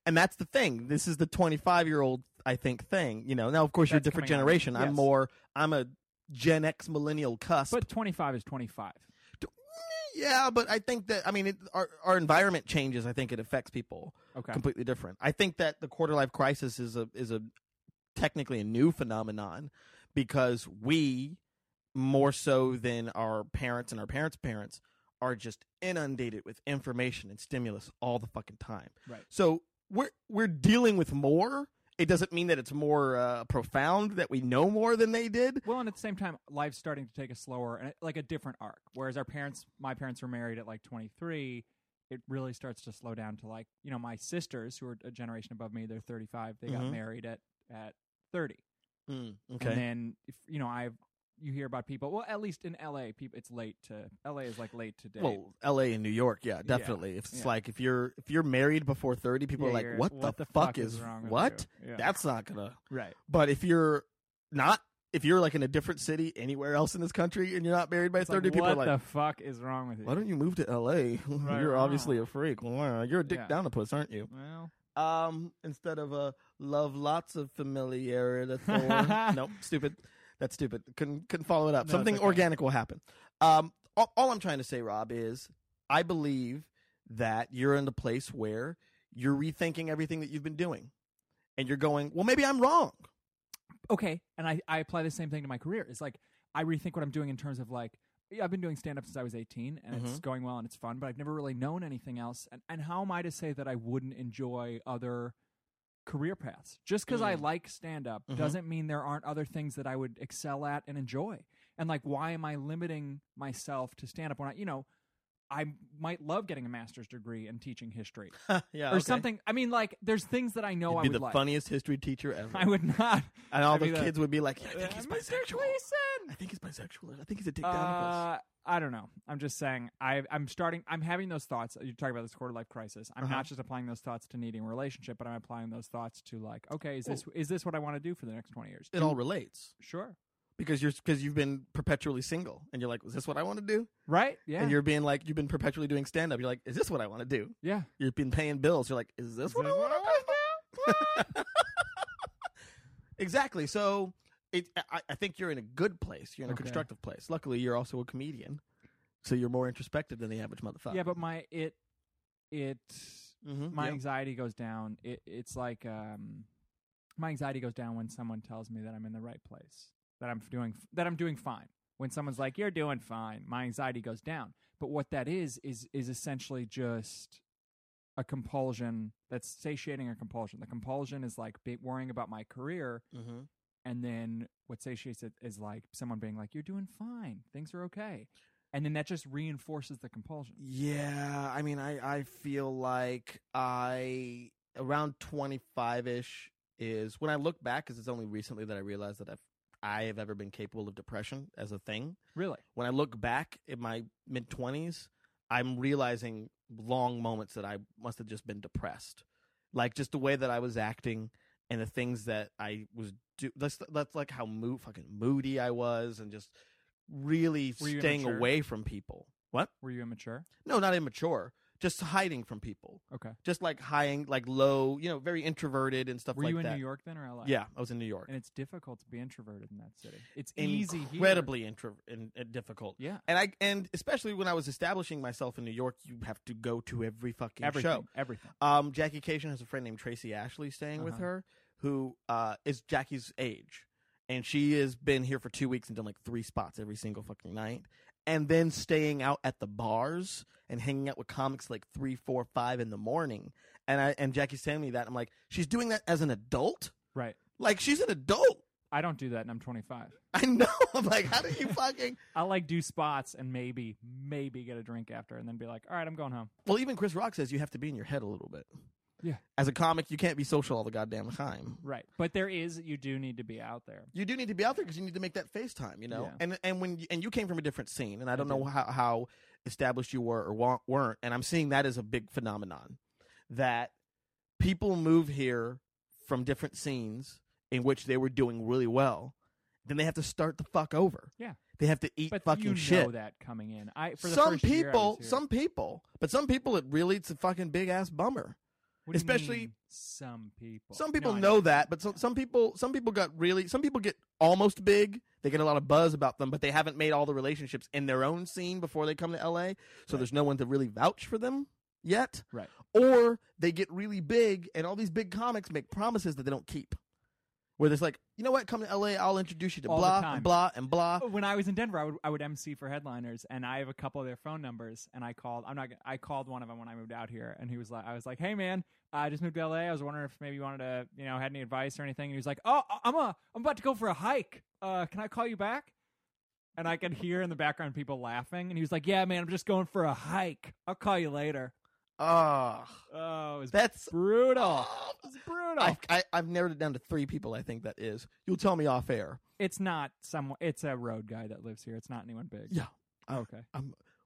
S1: and that's the thing. This is the 25-year-old I think thing, you know. Now of course you're a
S3: That's
S1: different
S3: coming up.
S1: generation. I'm
S3: Yes.
S1: more I'm a Gen X millennial cusp.
S3: But 25 is 25.
S1: yeah, but I think that I mean it, our our environment changes. I think it affects people
S3: Okay.
S1: completely different. I think that the quarter life crisis is a is a technically a new phenomenon because we more so than our parents and our parents' parents are just inundated with information and stimulus all the fucking time.
S3: Right.
S1: So we're we're dealing with more. It doesn't mean that it's more uh, profound that we know more than they did.
S3: Well, and at the same time, life's starting to take a slower and like a different arc. Whereas our parents, my parents were married at like 23. It really starts to slow down to like, you know, my sisters who are a generation above me, they're 35. They
S1: Mhm.
S3: got married at, at 30. Mm,
S1: okay.
S3: And then, if, you know, I've, you hear about people, well, at least in LA, people, it's late to, LA is like late to date.
S1: Well, L.A. and New York, yeah, definitely. If it's
S3: yeah.
S1: like if you're if you're married before thirty, people
S3: Yeah,
S1: are like,
S3: you're-
S1: "What, the, fuck, is,
S3: wrong with
S1: what?"
S3: you? Yeah.
S1: That's not gonna.
S3: right.
S1: But if you're not, if you're like in a different city anywhere else in this country and you're not married by
S3: It's like,
S1: 30, people are
S3: what
S1: like,
S3: the fuck is wrong with you?
S1: why don't you move to LA? you're
S3: wow.
S1: obviously a freak. Wow, You're a dick
S3: Yeah.
S1: down a puss, aren't you?
S3: well,
S1: Um, instead of uh, love lots of familiarity. Thor. nope, stupid. That's stupid. Couldn't couldn't follow it up.
S3: No, it's
S1: Something
S3: okay.
S1: organic will happen. Um, all, all I'm trying to say, Rob, is I believe that you're in the place where you're rethinking everything that you've been doing, and you're going, well, maybe I'm wrong.
S3: okay and I, I apply the same thing to my career it's like i rethink what i'm doing in terms of like yeah, i've been doing stand-up since i was 18 and
S1: Mm-hmm.
S3: it's going well and it's fun but i've never really known anything else and, and how am i to say that i wouldn't enjoy other career paths just because i
S1: Mm.
S3: like stand-up
S1: Mhm.
S3: doesn't mean there aren't other things that i would excel at and enjoy and like why am i limiting myself to stand-up when i you know i might love getting a master's degree and teaching history
S1: yeah,
S3: or something i mean like there's things that i know
S1: You'd
S3: i
S1: be
S3: would
S1: the
S3: like
S1: funniest history teacher ever.
S3: i would not
S1: and all
S3: I'd
S1: the
S3: be the-
S1: kids would be like, yeah, I think
S3: Uh,
S1: he's
S3: Mr.
S1: bisexual.
S3: Gleason!
S1: I think he's bisexual. I think he's a dick down
S3: Uh, I don't know. I'm just saying. I, I'm starting. I'm having those thoughts. You talk about this quarter life crisis. I'm
S1: Uh-huh.
S3: not just applying those thoughts to needing a relationship, but I'm applying those thoughts to like, okay, is this is this what I want to do for the next 20 years?
S1: Oh. It all relates
S3: Sure.
S1: because you're because you've been perpetually single, and you're like, is this what I want to do?
S3: Right. Yeah.
S1: And you're being like, you've been perpetually doing stand up. You're like, is this what I want to do?
S3: yeah.
S1: You've been paying bills. You're like, is this
S3: Is
S1: what I
S3: this
S1: want to
S3: what
S1: do? exactly. So it, I, I think you're in a good place. You're in a
S3: Okay.
S1: constructive place. Luckily, you're also a comedian, so you're more introspective than the average motherfucker.
S3: Yeah. But my it it
S1: Mhm,
S3: my
S1: yeah.
S3: anxiety goes down. It it's like um my anxiety goes down when someone tells me that I'm in the right place, that I'm doing that I'm doing fine. When someone's like, "You're doing fine," my anxiety goes down. But what that is is is essentially just a compulsion that's satiating a compulsion. The compulsion is like be- worrying about my career
S1: Mhm.
S3: and then what satiates it is like someone being like, "You're doing fine, things are okay," and then that just reinforces the compulsion.
S1: Yeah, I mean, I I feel like I around twenty five ish is when I look back, because it's only recently that I realized that I've I have ever been capable of depression as a thing.
S3: Really,
S1: When I look back in my mid twenties, I'm realizing long moments that I must have just been depressed, like just the way that I was acting and the things that I was do. That's that's like how mood fucking moody I was, and just really
S3: Were you
S1: staying
S3: immature?
S1: away from people. What?
S3: were you immature?
S1: No, not immature. Just hiding from people.
S3: Okay,
S1: Just like hiding, like low, you know, very introverted and stuff
S3: were
S1: like
S3: you in
S1: that.
S3: New York then or LA?
S1: Yeah, I was in New York.
S3: and it's difficult to be introverted in that city. It's easy, here.
S1: Incredibly intro- and, and difficult.
S3: yeah.
S1: And I and especially when I was establishing myself in New York, you have to go to every fucking
S3: Everything,
S1: show.
S3: everything.
S1: Um, Jackie Cation has a friend named Tracy Ashley staying with
S3: Uh-huh.
S1: her, who uh, is Jackie's age, and she has been here for two weeks and done like three spots every single fucking night, and then staying out at the bars and hanging out with comics like three, four, five in the morning. And I and Jackie's telling me that I'm like, she's doing that as an adult.
S3: Right.
S1: Like she's an adult.
S3: I don't do that, and I'm 25.
S1: I know. I'm like, how do you fucking?
S3: I like do spots and maybe, maybe get a drink after, and then be like, "All right, I'm going home."
S1: Well, even Chris Rock says you have to be in your head a little bit.
S3: Yeah.
S1: As a comic, you can't be social all the goddamn time.
S3: Right. But there is, you do need to be out there.
S1: you do need to be out there because you need to make that FaceTime, you know.
S3: Yeah.
S1: And and when you, and you came from a different scene, and I don't know
S3: did.
S1: how, how established you were or wa- weren't. And I'm seeing that as a big phenomenon that people move here from different scenes in which they were doing really well, then they have to start the fuck over.
S3: Yeah.
S1: they have to eat
S3: But
S1: fucking
S3: you
S1: shit.
S3: know that coming in. I for the
S1: Some
S3: first year I was
S1: people,
S3: here-
S1: some people, but some people, it really it's a fucking big ass bummer.
S3: What do you
S1: especially-
S3: mean, some people.
S1: Some people
S3: No, I
S1: know that, but some, some people some people got really some people get almost big. They get a lot of buzz about them, but they haven't made all the relationships in their own scene before they come to LA. So
S3: Right.
S1: there's no one to really vouch for them yet.
S3: Right.
S1: Or they get really big, and all these big comics make promises that they don't keep. Where there's like, you know what? Come to LA, I'll introduce you to
S3: All the
S1: blah
S3: time.
S1: and blah and blah.
S3: when I was in Denver, I would I would MC for headliners, and I have a couple of their phone numbers. And I called. I'm not. gonna- I called one of them when I moved out here, and he was like, I was like, Hey man, I just moved to LA. I was wondering if maybe you wanted to, you know, had any advice or anything. And he was like, Oh, I- I'm a, I'm about to go for a hike. Uh, can I call you back? And I could hear in the background people laughing, and he was like, "Yeah, man, I'm just going for a hike. I'll call you later."
S1: Ah,
S3: Oh, it was
S1: that's
S3: brutal.
S1: ah,
S3: It was brutal.
S1: I, I, I've narrowed it down to three people. I think that is. You'll tell me off air.
S3: it's not someone. It's a road guy that lives here. It's not anyone big.
S1: Yeah. I-
S3: Okay.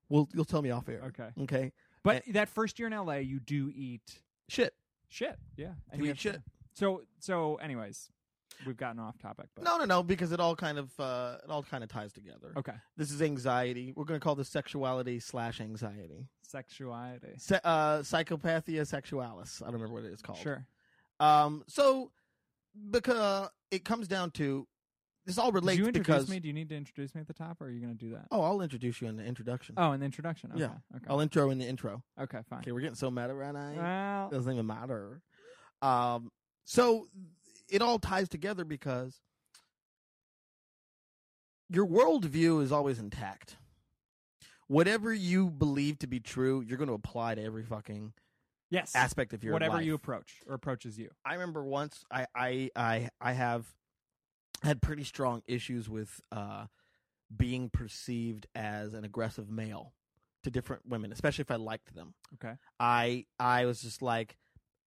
S1: Well, you'll tell me off air.
S3: Okay.
S1: Okay.
S3: But that first year in LA, you do eat
S1: Shit.
S3: shit. Yeah, and
S1: You
S3: you
S1: eat
S3: have
S1: shit.
S3: fun. So, so, anyways, we've gotten off topic. But
S1: No, no, no, because it all kind of uh, it all kind of ties together.
S3: okay,
S1: This is anxiety. We're going to call this sexuality slash anxiety,
S3: sexuality.
S1: Se- uh, psychopathia sexualis. I don't remember what it is called.
S3: Sure.
S1: Um. So because it comes down to this all
S3: Did
S1: relates
S3: you introduce
S1: because
S3: me? Do you need to introduce me at the top, or are you going to do that?
S1: oh, I'll introduce you in the introduction.
S3: Oh, in the introduction. Okay.
S1: Yeah.
S3: Okay.
S1: I'll intro in the intro.
S3: okay. Fine.
S1: Okay, we're getting so mad at right now.
S3: Well,
S1: doesn't even matter. Um, so it all ties together because your worldview is always intact. Whatever you believe to be true, you're going to apply to every fucking
S3: yes.
S1: aspect of your
S3: Whatever
S1: life.
S3: you approach or approaches you.
S1: I remember once I I I I have had pretty strong issues with uh being perceived as an aggressive male to different women, especially if I liked them.
S3: Okay.
S1: I I was just like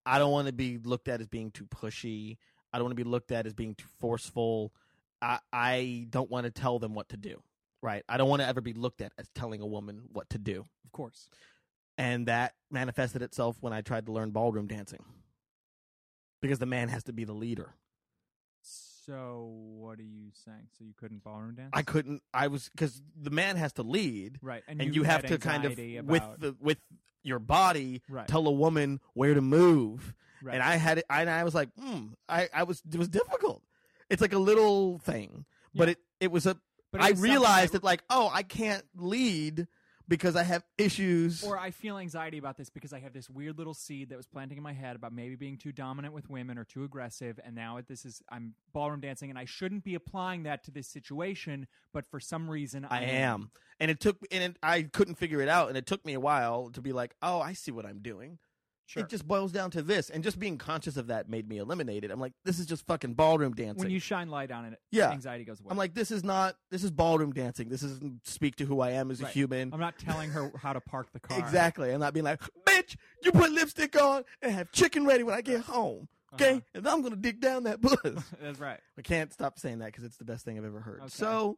S1: I don't want to be looked at as being too pushy. I don't want to be looked at as being too forceful. I I don't want to tell them what to do. Right? I don't want to ever be looked at as telling a woman what to do.
S3: Of course.
S1: And that manifested itself when I tried to learn ballroom dancing. Because the man has to be the leader.
S3: So, what are you saying? So you couldn't ballroom dance?
S1: I couldn't I was cuz the man has to lead
S3: Right. And,
S1: and, you, have
S3: had
S1: to kind of
S3: anxiety
S1: with
S3: about-
S1: the with your body
S3: right.
S1: tell a woman where to move.
S3: right.
S1: And I had it and I was like, "Hmm, I I was it was difficult." It's like a little thing, but
S3: Yeah.
S1: it it was a
S3: But it
S1: I
S3: was something
S1: realized
S3: that-
S1: that like, "Oh, I can't lead because I have issues."
S3: or I feel anxiety about this because I have this weird little seed that was planting in my head about maybe being too dominant with women or too aggressive, and now it- this is I'm ballroom dancing, and I shouldn't be applying that to this situation, but for some reason I,
S1: I am. And it took, and it, I couldn't figure it out. And it took me a while to be like, oh, I see what I'm doing.
S3: Sure.
S1: It just boils down to this, and just being conscious of that made me eliminate it. I'm like, this is just fucking ballroom dancing.
S3: when you shine light on it,
S1: Yeah.
S3: anxiety goes away.
S1: I'm like, this is not. This is ballroom dancing. This is speak to who I am as a
S3: Right.
S1: human.
S3: I'm not telling her how to park the car.
S1: Exactly. I'm not being like, bitch, you put lipstick on and have chicken ready when I get home. Okay,
S3: Uh-huh.
S1: and I'm gonna dig down that puss.
S3: That's right.
S1: I can't stop saying that because it's the best thing I've ever heard.
S3: Okay.
S1: So,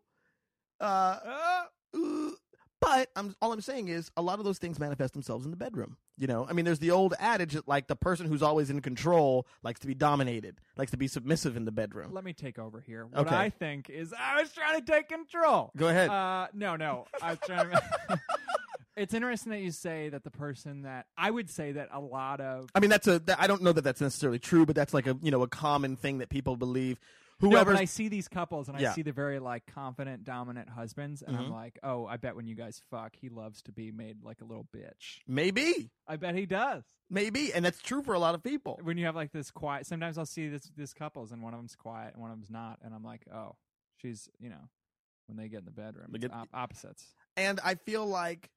S1: uh, ooh, but I'm all I'm saying is a lot of those things manifest themselves in the bedroom. You know, I mean, there's the old adage that like the person who's always in control likes to be dominated, likes to be submissive in the bedroom.
S3: Let me take over here. What
S1: Okay.
S3: I think is I was trying to take control.
S1: Go ahead.
S3: Uh, no, no. I was trying to. it's interesting that you say that the person that I would say that a lot of
S1: I mean, that's a. That, I don't know that that's necessarily true, but that's like a you know a common thing that people believe.
S3: No,
S1: Whoever
S3: but I see these couples and
S1: Yeah. Mm-hmm.
S3: I see the very like confident, dominant husbands, and I'm like, oh, I bet when you guys fuck, he loves to be made like a little bitch.
S1: maybe
S3: I bet he does.
S1: maybe, and that's true for a lot of people.
S3: When you have like this quiet, sometimes I'll see this this couples, and one of them's quiet and one of them's not, and I'm like, oh, she's you know, when they get in the bedroom,
S1: They
S3: it's
S1: get-
S3: op- opposites.
S1: and I feel like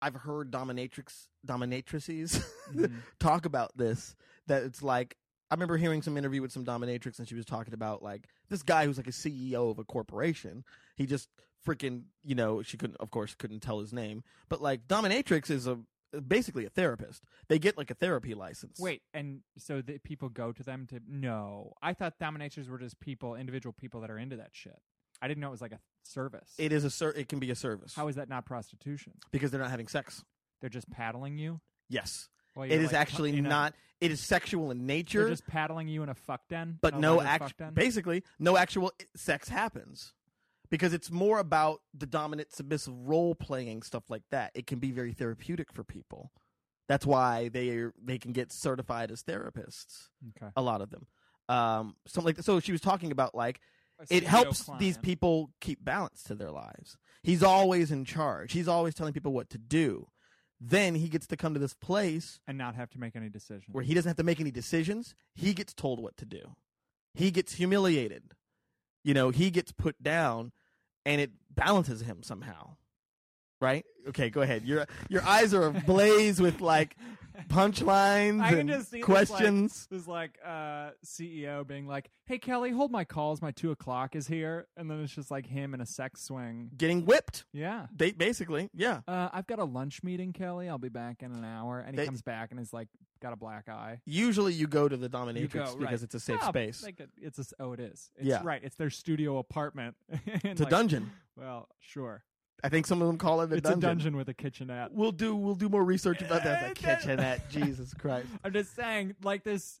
S1: I've heard dominatrix dominatrices
S3: Mhm.
S1: talk about this. That it's like I remember hearing some interview with some dominatrix, and she was talking about like this guy who's like a CEO of a corporation. He just freaking you know she couldn't of course couldn't tell his name, but like dominatrix is a basically a therapist. They get like a therapy license.
S3: Wait, and so the people go to them to no? I thought dominators were just people, individual people that are into that shit. I didn't know it was like a service.
S1: it is a ser- it can be a service
S3: How is that not prostitution?
S1: because they're not having sex.
S3: They're just paddling you.
S1: Yes,
S3: while
S1: it
S3: you're,
S1: is
S3: Oh, like, pu-
S1: actually
S3: in a-
S1: not. It is sexual in
S3: They're
S1: nature.
S3: just paddling you in a fuck den,
S1: but
S3: a
S1: no
S3: leather fuck
S1: act
S3: den?
S1: basically no actual i- sex happens because it's more about the dominant submissive role playing stuff like that it can be very therapeutic for people that's why they they can get certified as therapists
S3: Okay.
S1: a lot of them um something like that. so she was talking about like
S3: A
S1: it
S3: CEO
S1: helps these
S3: client.
S1: people keep balance to their lives he's always in charge he's always telling people what to do then he gets to come to this place
S3: and not have to make any decisions.
S1: where he doesn't have to make any decisions. He gets told what to do. He gets humiliated. You know, he gets put down, and it balances him somehow. Right? Okay, go ahead. Your your eyes are ablaze with like punchlines
S3: I can
S1: and
S3: just see
S1: questions.
S3: This like, this, like uh, CEO being like, "Hey Kelly, hold my calls. My two o'clock is here," and then it's just like him in a sex swing.
S1: Getting whipped.
S3: Yeah.
S1: They basically, yeah.
S3: Uh, I've got a lunch meeting, Kelly. I'll be back in an hour. And he
S1: They-
S3: comes back and is like, got a black eye.
S1: Usually, you go to the
S3: You
S1: dominatrix
S3: go,
S1: because
S3: right.
S1: it's a safe
S3: Oh,
S1: space.
S3: Like it- it's a s oh, it is. It's
S1: Yeah.
S3: right. It's their studio apartment.
S1: it's a dungeon.
S3: Well, sure.
S1: I think some of them call it a
S3: it's
S1: dungeon.
S3: a dungeon with a kitchenette.
S1: We'll do we'll do more research about that.
S3: Eh, that-
S1: Catching that, Jesus Christ.
S3: I'm just saying, like this.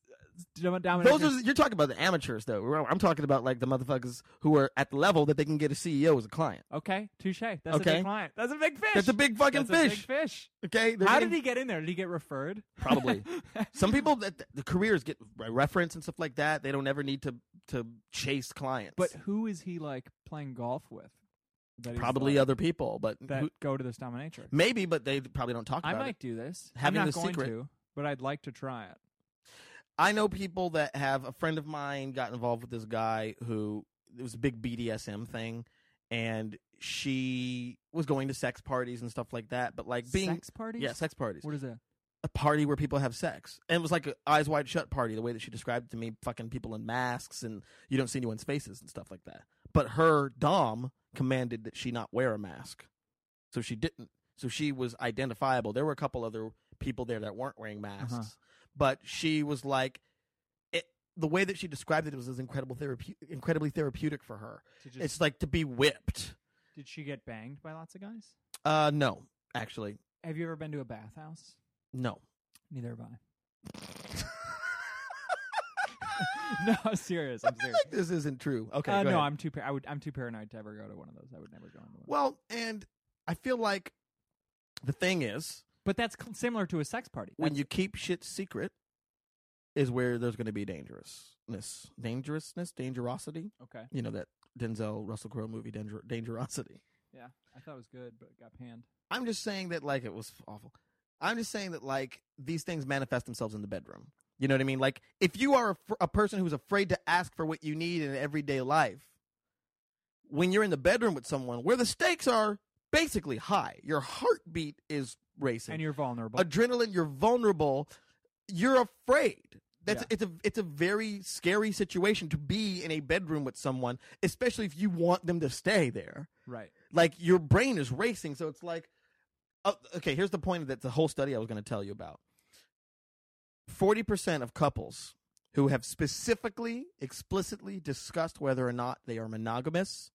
S3: uh, Dom-
S1: Those are
S3: dominatrix-
S1: you're talking about the amateurs though. We're- I'm talking about like the motherfuckers who are at the level that they can get a CEO as a client.
S3: okay, touche. That's a
S1: Okay.
S3: big client. That's a big fish.
S1: That's a big fucking
S3: That's a
S1: fish.
S3: big fish.
S1: Okay, They're
S3: How
S1: getting-
S3: did he get in there? Did he get referred?
S1: Probably. Some people that the careers get re- reference and stuff like that. They don't ever need to to chase clients.
S3: but who is he like playing golf with? That he's,
S1: probably
S3: like,
S1: other people. But
S3: that
S1: who-
S3: go to this dominatrix.
S1: maybe, but they probably don't talk
S3: I
S1: about
S3: might
S1: it.
S3: do this.
S1: Having
S3: I'm
S1: the
S3: not going
S1: secret-
S3: to, but I'd like to try it.
S1: I know people that have a friend of mine got involved with this guy who it was a big BDSM thing, and she was going to sex parties and stuff like that. But like being
S3: sex parties.
S1: yeah, sex parties.
S3: What is that?
S1: a party where people have sex. And it was like a eyes wide shut party, the way that she described it to me, fucking people in masks and you don't see anyone's faces and stuff like that. But her Dom commanded that she not wear a mask. So she didn't. So she was identifiable. There were a couple other people there that weren't wearing masks.
S3: Uh-huh.
S1: But she was like it the way that she described it was, was incredible therapeutic incredibly therapeutic for her.
S3: To just-
S1: it's like to be whipped.
S3: did she get banged by lots of guys?
S1: Uh no, actually.
S3: Have you ever been to a bathhouse?
S1: No.
S3: Neither have I. no, I'm serious. I'm serious.
S1: Like this isn't true. Okay.
S3: uh,
S1: go
S3: no,
S1: ahead.
S3: I'm too. Par- I would. I'm too paranoid to ever go to one of those. I would never go into one.
S1: Well, and I feel like the thing is
S3: but that's cl- similar to a sex party.
S1: when
S3: That's-
S1: you keep shit secret is where there's going to be dangerousness, dangerousness, dangerosity.
S3: okay.
S1: You know that Denzel Russell Crowe movie, Danger, Dangerosity.
S3: Yeah, I thought it was good, but it got panned.
S1: I'm just saying that like it was awful. I'm just saying that like these things manifest themselves in the bedroom. You know what I mean? Like if you are a, fr- a person who's afraid to ask for what you need in everyday life, when you're in the bedroom with someone where the stakes are basically high, your heartbeat is racing.
S3: and you're vulnerable.
S1: adrenaline, you're vulnerable, you're afraid. That's
S3: Yeah.
S1: it's a it's a very scary situation to be in a bedroom with someone, especially if you want them to stay there.
S3: right.
S1: Like your brain is racing, so it's like oh, okay, here's the point of that the whole study I was going to tell you about. 40% of couples who have specifically explicitly discussed whether or not they are monogamous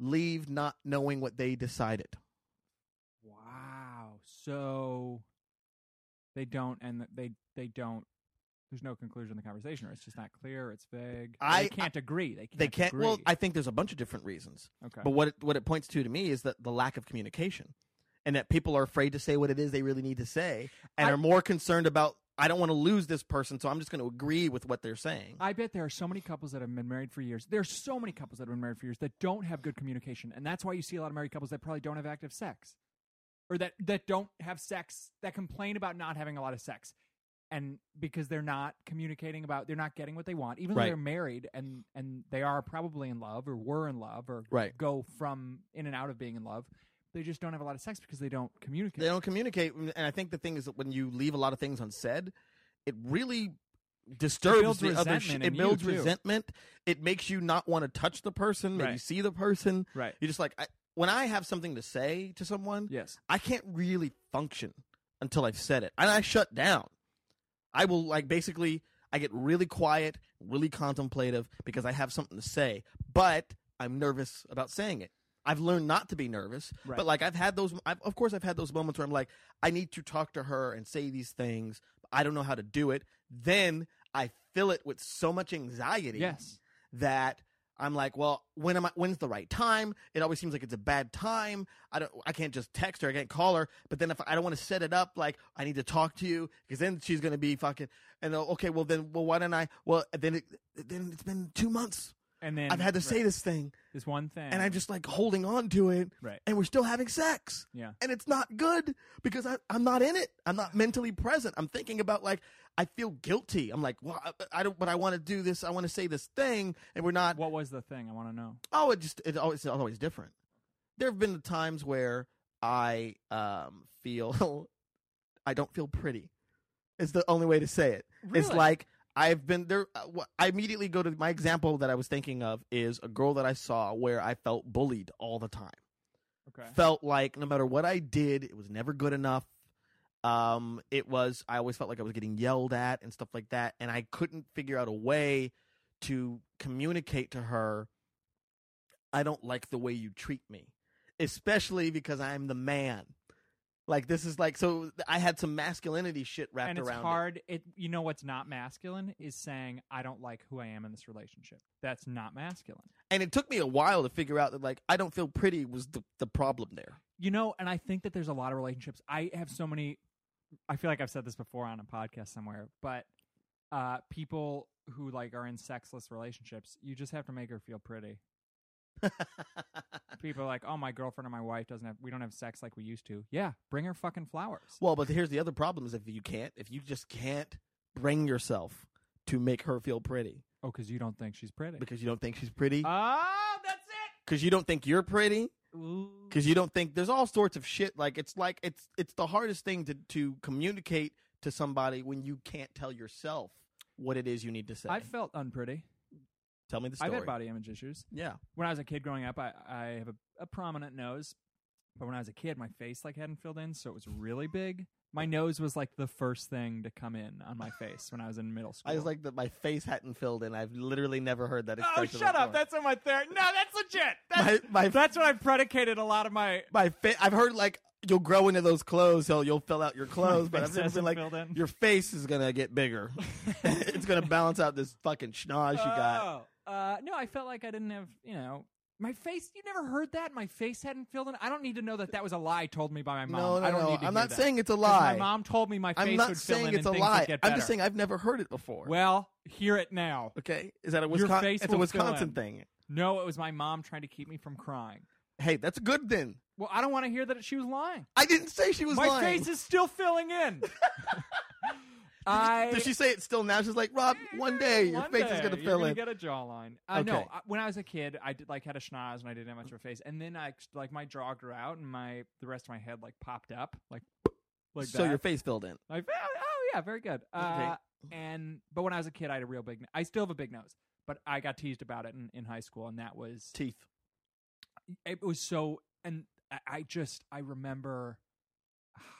S1: leave not knowing what they decided.
S3: Wow. So they don't, and th- they they don't. There's no conclusion in the conversation, or it's just not clear. It's vague. or
S1: I-
S3: they can't agree. They can't.
S1: They can't
S3: Agree.
S1: well, I think there's a bunch of different reasons.
S3: okay.
S1: But what it, what it points to to me is that the lack of communication, and that people are afraid to say what it is they really need to say, and
S3: I-
S1: are more concerned about I don't want to lose this person, so I'm just going to agree with what they're saying.
S3: I bet there are so many couples that have been married for years. There's so many couples that have been married for years that don't have good communication, and that's why you see a lot of married couples that probably don't have active sex, or that that don't have sex that complain about not having a lot of sex, and because they're not communicating about they're not getting what they want, even
S1: Right.
S3: though they're married and and they are probably in love or were in love or
S1: right.
S3: go from in and out of being in love, they just don't have a lot of sex because they don't communicate.
S1: They don't communicate, and and I think the thing is that when you leave a lot of things unsaid, it really disturbs
S3: builds
S1: the other. sh-
S3: resentment
S1: it
S3: in you,
S1: builds
S3: too.
S1: resentment. It makes you not want to touch the person, maybe
S3: Right.
S1: see the person.
S3: right.
S1: You're just like I, when I have something to say to someone,
S3: Yes.
S1: I can't really function until I've said it. And I shut down. I will like basically I get really quiet, really contemplative because I have something to say, but I'm nervous about saying it. I've learned not to be nervous,
S3: Right.
S1: but like I've had those I've, of course I've had those moments where I'm like I need to talk to her and say these things, but I don't know how to do it. Then I fill it with so much anxiety
S3: Yes.
S1: that I'm like, well, when am I? When's the right time? It always seems like it's a bad time. I don't. I can't just text her. I can't call her. But then if I don't want to set it up, like I need to talk to you because then she's gonna be fucking. And oh, okay, well then, well why don't I? Well then, it, then it's been two months.
S3: And then
S1: I've had to
S3: right,
S1: say this thing,
S3: this one thing,
S1: and I'm just like holding on to it,
S3: right.
S1: and we're still having sex.
S3: Yeah.
S1: And it's not good because I, I'm not in it. I'm not mentally present. I'm thinking about like I feel guilty. I'm like, well, I, I don't. But I want to do this. I want to say this thing, and we're not.
S3: What was the thing? I want to know.
S1: Oh, it just it always it's always different. There have been times where I um feel I don't feel pretty. It's the only way to say it. It's
S3: Really?
S1: like I've been there. uh, wh- I immediately go to my example that I was thinking of is a girl that I saw where I felt bullied all the time.
S3: Okay.
S1: Felt like no matter what I did, it was never good enough. Um, it was I always felt like I was getting yelled at and stuff like that, and I couldn't figure out a way to communicate to her. I don't like the way you treat me, especially because I'm the man. Like this is like so I had some masculinity shit wrapped
S3: and it's
S1: around. it.
S3: hard. It. you know what's not masculine is saying I don't like who I am in this relationship. That's not masculine.
S1: and it took me a while to figure out that like I don't feel pretty was the, the problem there.
S3: You know, and I think that there's a lot of relationships. I have so many. I feel like I've said this before on a podcast somewhere, but uh, people who like are in sexless relationships, you just have to make her feel pretty. People are like, oh, my girlfriend or my wife doesn't have. We don't have sex like we used to. Yeah, bring her fucking flowers.
S1: well, but here's the other problem is if you can't if you just can't bring yourself to make her feel pretty
S3: Oh, because you don't think she's pretty.
S1: because you don't think she's pretty
S3: Oh, that's it.
S1: because you don't think you're pretty
S3: Ooh.
S1: because you don't think there's all sorts of shit like it's like it's it's the hardest thing to to communicate to somebody when you can't tell yourself what it is you need to say.
S3: I felt unpretty.
S1: tell me the
S3: I've
S1: story.
S3: had body image issues.
S1: yeah.
S3: When I was a kid growing up, I, I have a, a prominent nose, but when I was a kid, my face like hadn't filled in, so it was really big. My nose was like the first thing to come in on my face when I was in middle school.
S1: I was like that my face hadn't filled in. I've literally never heard that
S3: "Oh,
S1: expression
S3: shut up!
S1: before.
S3: That's what my therapist. No, that's legit. That's,
S1: My- my
S3: that's what I predicated a lot of my.
S1: my fa- I've heard like you'll grow into those clothes, so you'll fill out your clothes, but
S3: face
S1: I've never been
S3: hasn't
S1: like
S3: filled in.
S1: your face is gonna get bigger. it's gonna balance out this fucking schnoz you got.
S3: Oh, uh, no, I felt like I didn't have you know. My face, you never heard that? My face hadn't filled in? I don't need to know that that was a lie told me by my mom.
S1: No,
S3: I
S1: no,
S3: don't
S1: no.
S3: need to
S1: I'm
S3: hear
S1: not
S3: that.
S1: saying it's a
S3: 'Cause
S1: lie.
S3: My mom told me my face
S1: I'm not
S3: would fill
S1: saying
S3: in
S1: it's a
S3: and things would
S1: lie.
S3: get
S1: I'm just
S3: better.
S1: saying I've never heard it before.
S3: Well, hear it now.
S1: okay, is that a
S3: Your
S1: Wisconsin?
S3: face
S1: It's a
S3: will fill
S1: Wisconsin
S3: in.
S1: thing.
S3: No, it was my mom trying to keep me from crying.
S1: Hey, that's good then.
S3: Well, I don't want to hear that she was lying.
S1: I didn't say she was
S3: my
S1: lying.
S3: face is still filling in. I
S1: Did she say it still now? She's like, Rob, one day your
S3: One
S1: face
S3: day
S1: is gonna
S3: you're
S1: fill in.
S3: Get a jawline. I know.
S1: Okay.
S3: I- When I was a kid, I did like had a schnoz and I didn't have much of a face, and then I like my jaw grew out and my the rest of my head like popped up, like like
S1: so
S3: that.
S1: your face filled in.
S3: My fa- oh yeah, very good. Uh, And but when I was a kid, I had a real big. n- I still have a big nose, but I got teased about it in, in high school, and that was
S1: Teeth.
S3: it was so. And I- I just I remember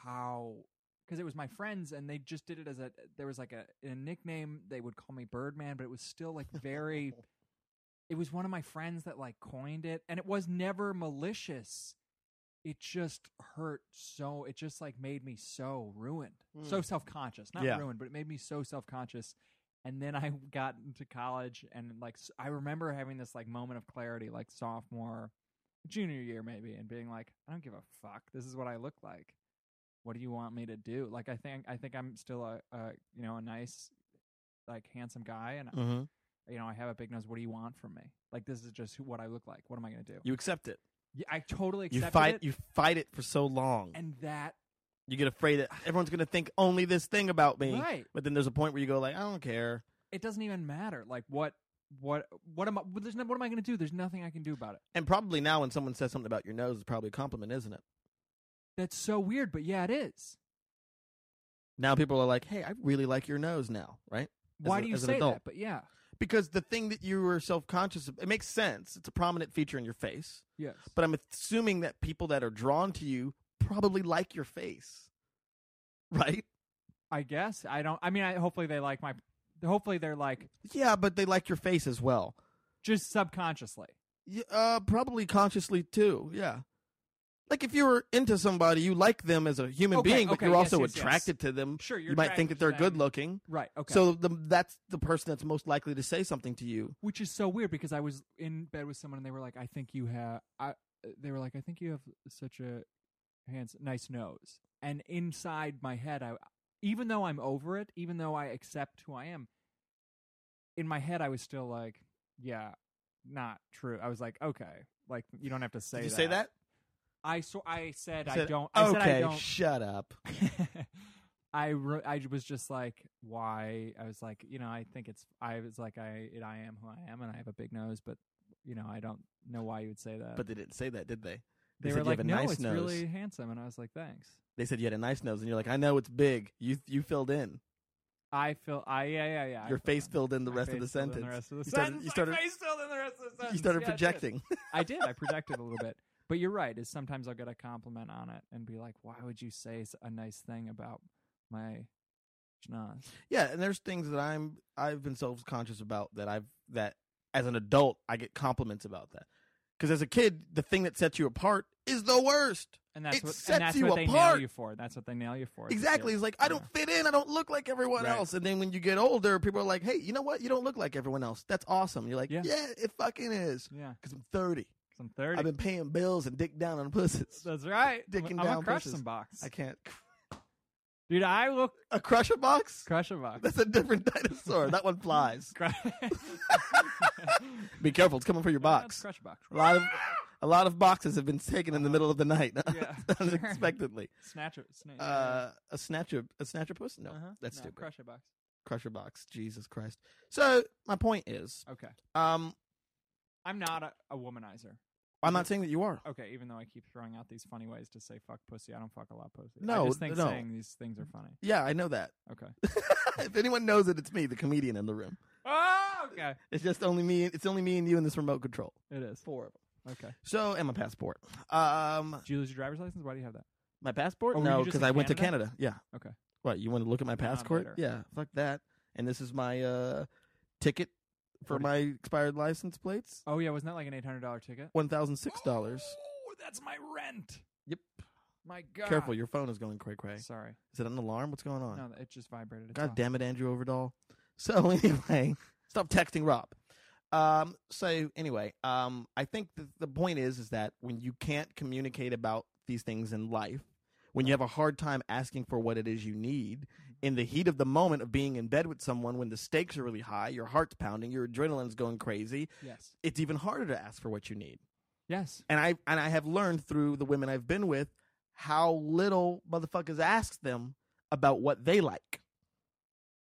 S3: how because it was my friends, and they just did it as a there was like a, a nickname they would call me Birdman, but it was still like very. it was one of my friends that like coined it, and it was never malicious. It just hurt so. It just like made me so ruined, so self conscious. Not
S1: Yeah.
S3: ruined, but it made me so self conscious. And then I got into college, and like s- I remember having this like moment of clarity, like sophomore, junior year maybe, and being like, I don't give a fuck. This is what I look like. What do you want me to do? Like I think I think I'm still a, a you know a nice, like handsome guy, and
S1: Mm-hmm.
S3: you know, I have a big nose. What do you want from me? Like, this is just who, what I look like. What am I going to do?
S1: You accept it.
S3: Yeah, I totally
S1: You
S3: accepted
S1: fight.
S3: it.
S1: You fight it for so long.
S3: and that,
S1: you get afraid that everyone's going to think only this thing about me.
S3: right.
S1: But then there's a point where you go like, I don't care.
S3: It doesn't even matter. Like, what, what, what am I, well, there's no, what am I going to do? There's nothing I can do about it.
S1: And probably now when someone says something about your nose, it's probably a compliment, isn't it?
S3: That's so weird, but yeah, it is.
S1: Now people are like, Hey, I really like your nose now, right? As
S3: Why
S1: an-
S3: do you
S1: as an
S3: say
S1: adult.
S3: that? But yeah.
S1: Because the thing that you were self conscious of, it makes sense. It's a prominent feature in your face.
S3: Yes.
S1: But I'm assuming that people that are drawn to you probably like your face, right?
S3: I guess I don't, I mean, I, hopefully they like my, hopefully they're like
S1: Yeah, but they like your face as well.
S3: just subconsciously.
S1: Yeah, uh, probably consciously too. Yeah. Like if you were into somebody, you like them as a human
S3: Okay,
S1: being, but
S3: okay,
S1: you're
S3: yes,
S1: also
S3: yes, yes.
S1: attracted to them.
S3: Sure. You're
S1: you might think that they're good
S3: looking.
S1: looking.
S3: Right. Okay.
S1: So the, that's the person that's most likely to say something to you.
S3: which is so weird because I was in bed with someone and they were like, "I think you have," I they were like, "I think you have such a hands nice nose," and inside my head, I even though I'm over it, even though I accept who I am, in my head I was still like, "Yeah, not true." I was like, "Okay, like you don't have to say
S1: Did you
S3: that."
S1: say that?
S3: I so I said, I
S1: Said,
S3: don't. I
S1: okay,
S3: said I don't.
S1: shut up.
S3: I re- I was just like, why? I was like, you know, I think it's. I was like, I it, I am who I am, and I have a big nose, but you know, I don't know why you would say that.
S1: But they didn't say that, did they?
S3: they,
S1: said
S3: were
S1: you
S3: like,
S1: have a
S3: no,
S1: nice
S3: it's
S1: nose.
S3: really handsome, and I was like, thanks.
S1: They said you had a nice nose, and you're like, I know it's big. You you filled in.
S3: I feel. I yeah yeah yeah. I
S1: Your
S3: feel
S1: face
S3: that.
S1: filled in the
S3: My
S1: rest of the
S3: face filled in
S1: sentence.
S3: The rest of the
S1: You started-
S3: sentence.
S1: you started-
S3: My face filled in the rest of the sentence.
S1: You started
S3: Yeah, I did.
S1: projecting.
S3: I did. I projected a little bit. But you're right. Is sometimes I'll get a compliment on it and be like, why would you say s- a nice thing about my schnoz?
S1: Yeah, and there's things that I'm I've been self conscious about that I've that as an adult I get compliments about that because as a kid the thing that sets you apart is the worst.
S3: And that's
S1: It
S3: what
S1: sets
S3: and that's
S1: you
S3: what they nail
S1: apart.
S3: you for. That's what they nail you for. as a
S1: Exactly,
S3: kid.
S1: it's like I don't
S3: Yeah.
S1: fit in, I don't look like everyone
S3: Right.
S1: else. And then when you get older, people are like, "Hey, you know what? You don't look like everyone else. That's awesome." You're like, "Yeah,
S3: Yeah.
S1: it fucking is."
S3: Yeah,
S1: Because I'm 30.
S3: 'cause I'm 30.
S1: I've been paying bills and dick down on pussies.
S3: That's right.
S1: dicking
S3: I'm,
S1: down
S3: a crush
S1: pushes.
S3: some box,
S1: I can't
S3: dude. I will
S1: a crusher box.
S3: crush a box.
S1: That's a different dinosaur. that one flies.
S3: Crush-
S1: Be careful, it's coming for your box.
S3: Crush a box.
S1: A lot of a lot of boxes have been taken in the middle of the night,
S3: Yeah.
S1: unexpectedly.
S3: Snatcher. Snatch.
S1: Uh, a snatcher, a snatcher puss? No,
S3: Uh-huh.
S1: that's
S3: no,
S1: stupid.
S3: Crush a box.
S1: Crusher box, Jesus Christ. So my point is,
S3: Okay.
S1: um,
S3: I'm not a, a womanizer.
S1: I'm not saying that you are.
S3: Okay, even though I keep throwing out these funny ways to say fuck pussy, I don't fuck a lot pussy.
S1: No,
S3: I just think
S1: no.
S3: saying these things are funny.
S1: Yeah, I know that.
S3: Okay.
S1: if anyone knows it, it's me, the comedian in the room.
S3: Oh, okay.
S1: It's just only me. It's only me and you in this remote control.
S3: It is.
S1: Four of them.
S3: Okay.
S1: So and my passport. Um,
S3: Did you lose your driver's license? Why do you have that?
S1: my passport?
S3: Oh, were
S1: no,
S3: you just
S1: because
S3: in
S1: I went to
S3: Canada?
S1: Canada. Yeah.
S3: Okay.
S1: What you want to look at my
S3: Nah,
S1: passport?
S3: later.
S1: Yeah, fuck that. And this is my uh ticket for
S3: What do
S1: my expired license plates.
S3: Oh yeah, wasn't that like an eight hundred dollar ticket?
S1: One thousand six dollars.
S3: Oh, that's my rent.
S1: Yep.
S3: My God.
S1: Careful, your phone is going cray cray. Is
S3: Sorry.
S1: it an alarm? What's going on?
S3: No, it just vibrated. It's
S1: God
S3: off.
S1: damn it, Andrew Overdahl. So anyway, stop texting Rob. Um, so anyway, um, I think the, the point is is that when you can't communicate about these things in life, when you have a hard time asking for what it is you need, in the heat of the moment of being in bed with someone when the stakes are really high, your heart's pounding, your adrenaline's going crazy,
S3: Yes.
S1: it's even harder to ask for what you need.
S3: Yes.
S1: And I and I have learned through the women I've been with how little motherfuckers ask them about what they like.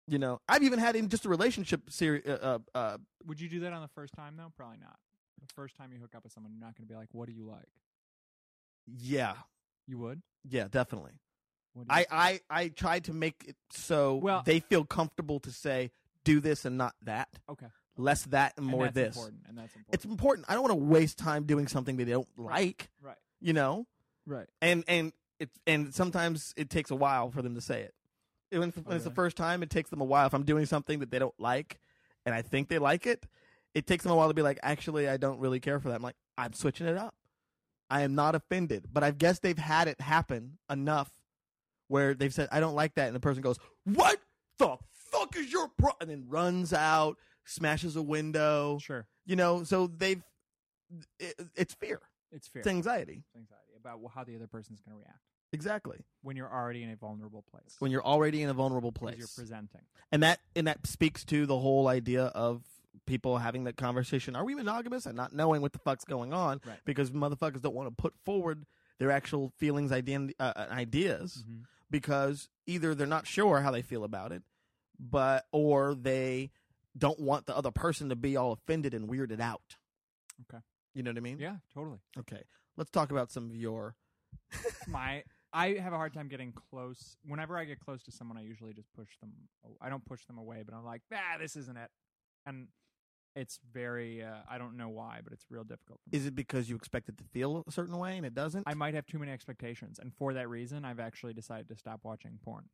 S1: You know, I've even had in just a relationship series. Uh, uh, uh,
S3: Would you do that on the first time though? Probably not. The first time you hook up with someone, you're not going to be like, "What do you like?"
S1: yeah,
S3: You would.
S1: yeah, definitely.
S3: What do you
S1: I, I I tried to make it so
S3: Well-
S1: they feel comfortable to say do this and not that.
S3: Okay.
S1: Less that and
S3: and
S1: more
S3: that's
S1: this.
S3: important, and that's important.
S1: It's important. I don't want to waste time doing something they don't like,
S3: right,
S1: you know?
S3: right.
S1: And and it and sometimes it takes a while for them to say it. When, it's- when it's the
S3: really?
S1: first time, it takes them a while. If I'm doing something that they don't like and I think they like it, it takes them a while to be like, actually I don't really care for that. I'm like, I'm switching it up. I am not offended. But I guess they've had it happen enough where they've said, I don't like that. And the person goes, What the fuck is your pro? And then runs out, smashes a window.
S3: Sure,
S1: You know, so they've, it, it's fear,
S3: it's fear,
S1: it's anxiety.
S3: it's anxiety about wh- how the other person's going to react
S1: Exactly.
S3: when you're already in a vulnerable place.
S1: When you're already in a vulnerable
S3: 'Cause
S1: place.
S3: you're presenting,
S1: and that, and that speaks to the whole idea of people having that conversation. Are we monogamous? And not knowing what the fuck's going on
S3: Right.
S1: because motherfuckers don't want to put forward their actual feelings, ident- uh, uh, ideas.
S3: Mhm.
S1: because either they're not sure how they feel about it, but or they don't want the other person to be all offended and weirded out.
S3: Okay.
S1: You know what I mean?
S3: yeah, totally.
S1: Okay. Let's talk about some of your
S3: my I have a hard time getting close. Whenever I get close to someone, I usually just push them. I don't push them away, but I'm like, ah, this isn't it. And it's very. Uh, I don't know why, but it's real difficult. For me.
S1: is it because you expect it to feel a certain way and it doesn't?
S3: I might have too many expectations, and for that reason, I've actually decided to stop watching porn.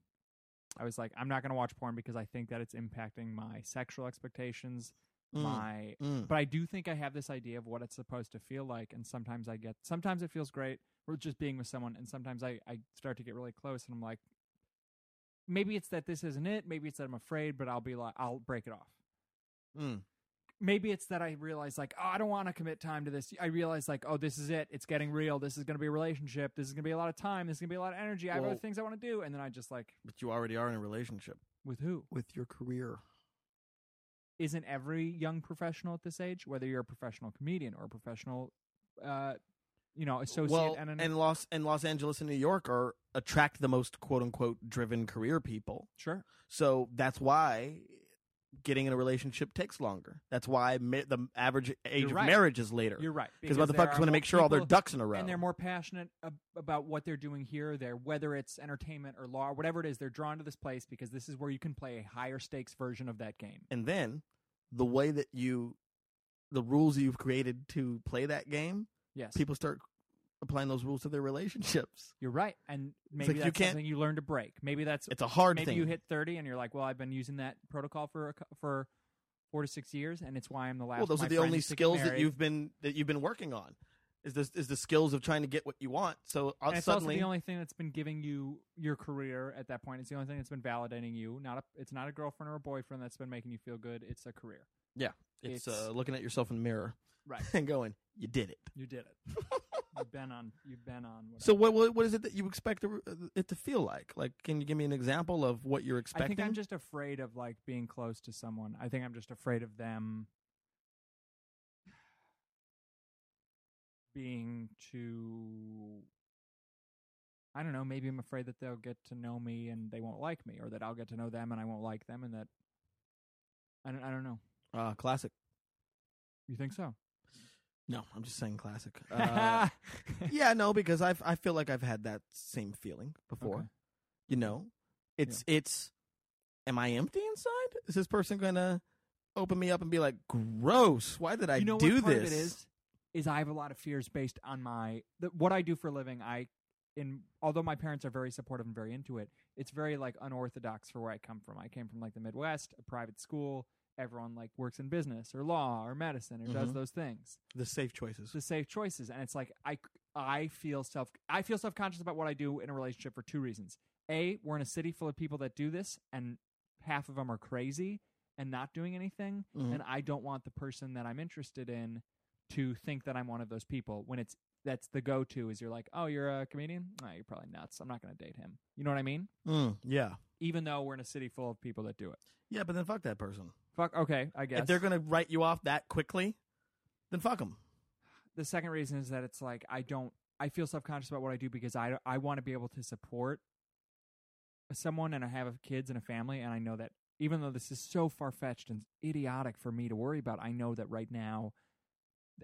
S3: I was like, I'm not going to watch porn because I think that it's impacting my sexual expectations,
S1: Mm,
S3: my
S1: mm.
S3: but I do think I have this idea of what it's supposed to feel like, and sometimes I get sometimes it feels great or just being with someone, and sometimes I I start to get really close, and I'm like, maybe it's that this isn't it, maybe it's that I'm afraid, but I'll be like, I'll break it off.
S1: Mm.
S3: Maybe it's that I realize like, oh, I don't want to commit time to this. I realize like, oh, this is it. It's getting real. This is going to be a relationship. This is going to be a lot of time. This is going to be a lot of energy. I have
S1: Well-
S3: other things I want to do, and then I just like,
S1: But you already are in a relationship
S3: with who?
S1: with your career.
S3: isn't every young professional at this age, whether you're a professional comedian or a professional, uh, you know, associate
S1: well,
S3: and, an,
S1: Los and Los Angeles and New York are attract the most quote unquote driven career people.
S3: sure,
S1: So that's why getting in a relationship takes longer. That's why ma- the average age
S3: right.
S1: of marriage is later.
S3: you're right
S1: because
S3: there
S1: motherfuckers
S3: are
S1: want to
S3: more
S1: make sure all their
S3: people-
S1: ducks in a row.
S3: and they're more passionate ab- about what they're doing here, or there, whether it's entertainment or law, or whatever it is. They're drawn to this place because this is where you can play a higher stakes version of that game.
S1: and then the way that you, the rules you've created to play that game,
S3: Yes,
S1: people start applying those rules to their relationships.
S3: you're right, and maybe
S1: like you
S3: that's
S1: can't-
S3: something you learn to break. Maybe that's
S1: It's a hard
S3: maybe
S1: thing.
S3: you hit 30 and you're like, well, I've been using that protocol for a, cou- for four to six years, and it's why I'm the last.
S1: well,
S3: of
S1: those
S3: my
S1: are the only
S3: friends to get
S1: skills that
S3: married.
S1: you've been that you've been working on. Is this is the skills of trying to get what you want? So uh,
S3: And it's
S1: suddenly,
S3: also the only thing that's been giving you your career at that point. It's the only thing that's been validating you. Not a, it's not a girlfriend or a boyfriend that's been making you feel good. It's a career.
S1: it's
S3: it's-
S1: uh, looking at yourself in the mirror
S3: Right.
S1: and going, "You did it."
S3: You did it. you've been on. You've been on. Whatever.
S1: So what, what what is it that you expect the, uh, it to feel like? Like, can you give me an example of what you're expecting?
S3: I think I'm just afraid of like being close to someone. I think I'm just afraid of them being too. I don't know. Maybe I'm afraid that they'll get to know me and they won't like me, or that I'll get to know them and I won't like them, and that. I don't. I don't know.
S1: uh, classic.
S3: You think so?
S1: No, I'm just saying classic. Uh, yeah, no, because I I feel like I've had that same feeling before.
S3: Okay.
S1: You know, it's it's. Am I empty inside? Is this person gonna open me up and be like, "Gross! Why did I
S3: you know
S1: do
S3: what part
S1: this?"
S3: Of it is, is I have a lot of fears based on my the, what I do for a living. I in although my parents are very supportive and very into it, it's very like unorthodox for where I come from. I came from like the Midwest, a private school. Everyone like works in business or law or medicine or
S1: Mhm.
S3: does those things.
S1: The safe choices.
S3: The safe choices, and it's like I c- I feel self I feel self conscious about what I do in a relationship for two reasons. A, we're in a city full of people that do this, and half of them are crazy and not doing anything
S1: Mhm.
S3: and I don't want the person that I'm interested in to think that I'm one of those people when it's that's the go to is you're like, oh, you're a comedian? No, you're probably nuts. I'm not going to date him. You know what I mean?
S1: Mm, yeah,
S3: Even though we're in a city full of people that do it.
S1: yeah, but then fuck that person.
S3: Fuck. Okay, I guess.
S1: If they're gonna write you off that quickly, then fuck them.
S3: the second reason is that it's like I don't. I feel self conscious about what I do because I I want to be able to support someone and I have kids and a family and I know that even though this is so far fetched and idiotic for me to worry about, I know that right now,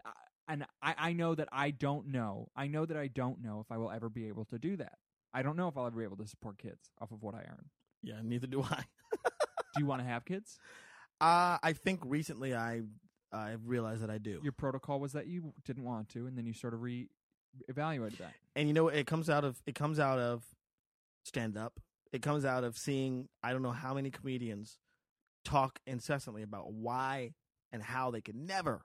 S3: I- and I I know that I don't know. I know that I don't know if I will ever be able to do that. I don't know if I'll ever be able to support kids off of what I earn.
S1: Yeah, neither do I.
S3: Do you want to have kids?
S1: Uh, I think recently I I realized that I do.
S3: Your protocol was that you didn't want to, and then you sort of re evaluated that.
S1: and you know it comes out of it comes out of stand up. It comes out of seeing I don't know how many comedians talk incessantly about why and how they could never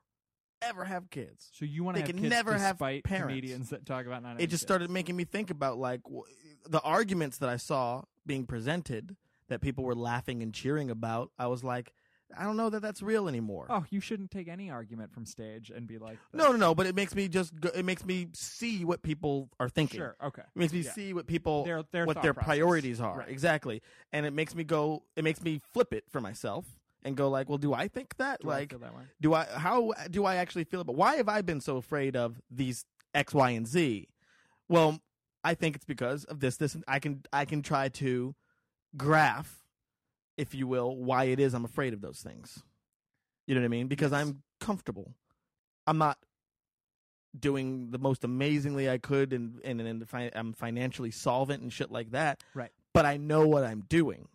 S1: ever have kids.
S3: So you want
S1: They
S3: to have
S1: can
S3: kids
S1: never have
S3: despite
S1: parents.
S3: comedians that talk about not.
S1: it
S3: having
S1: just
S3: kids.
S1: started making me think about like w- the arguments that I saw being presented that people were laughing and cheering about. I was like, I don't know that that's real anymore.
S3: Oh, you shouldn't take any argument from stage and be like,
S1: No, no, no. But it makes me just go, it makes me see what people are thinking.
S3: Sure. Okay.
S1: It makes me
S3: Yeah.
S1: see what people
S3: Their- their
S1: what
S3: thought
S1: their
S3: process.
S1: priorities are
S3: Right.
S1: exactly, and it makes me go. It makes me flip it for myself and go like, well, do I think that?
S3: Do I
S1: like,
S3: feel that way?
S1: do I how do I actually feel about why have I been so afraid of these X, Y, and Z? Well, I think it's because of this. This and- I can I can try to graph, if you will, why it is I'm afraid of those things. You know what I mean? Because I'm comfortable. I'm not doing the most amazingly I could, and and, and fi- I'm financially solvent and shit like that.
S3: Right.
S1: But I know what I'm doing.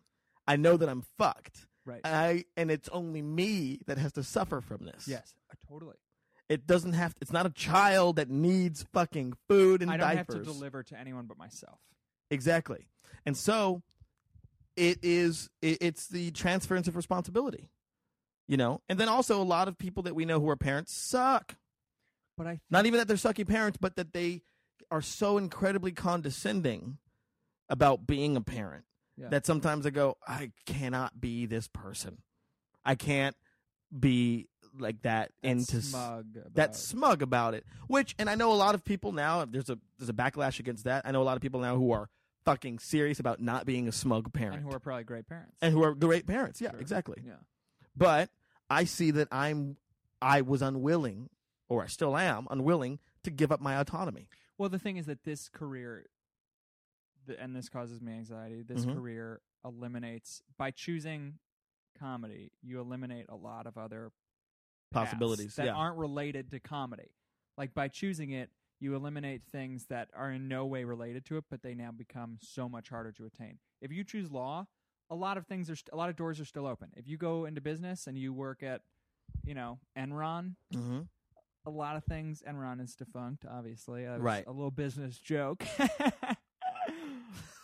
S1: I know that I'm fucked.
S3: Right.
S1: And I and it's only me that has to suffer from this.
S3: yes. uh, Totally.
S1: It doesn't have it's not a child that needs fucking food and
S3: I don't
S1: diapers.
S3: have to deliver to anyone but myself.
S1: Exactly. And so it is it, it's the transference of responsibility. You know? And then also a lot of people that we know who are parents suck.
S3: But I
S1: Not even that they're sucky parents, but that they are so incredibly condescending about being a parent
S3: Yeah.
S1: that sometimes I go, I cannot be this person. I can't be like that
S3: think
S1: into s-
S3: smug.
S1: that
S3: about-
S1: smug about it. Which, and I know a lot of people now. There's a there's a backlash against that. I know a lot of people now who are fucking serious about not being a smug parent
S3: and who are probably great parents.
S1: and who are great parents. Yeah,
S3: Sure.
S1: exactly.
S3: yeah.
S1: But I see that I'm I was unwilling, or I still am unwilling to give up my autonomy.
S3: Well, the thing is that this career, th- and this causes me anxiety. This
S1: Mhm.
S3: career eliminates by choosing comedy, you eliminate a lot of other paths
S1: Possibilities,
S3: that
S1: yeah.
S3: aren't related to comedy. Like by choosing it, you eliminate things that are in no way related to it, but they now become so much harder to attain. If you choose law, a lot of things are st- a lot of doors are still open. If you go into business and you work at, you know, Enron,
S1: Mm-hmm.
S3: a lot of things. Enron is defunct, obviously. That was
S1: Right.
S3: A little business joke.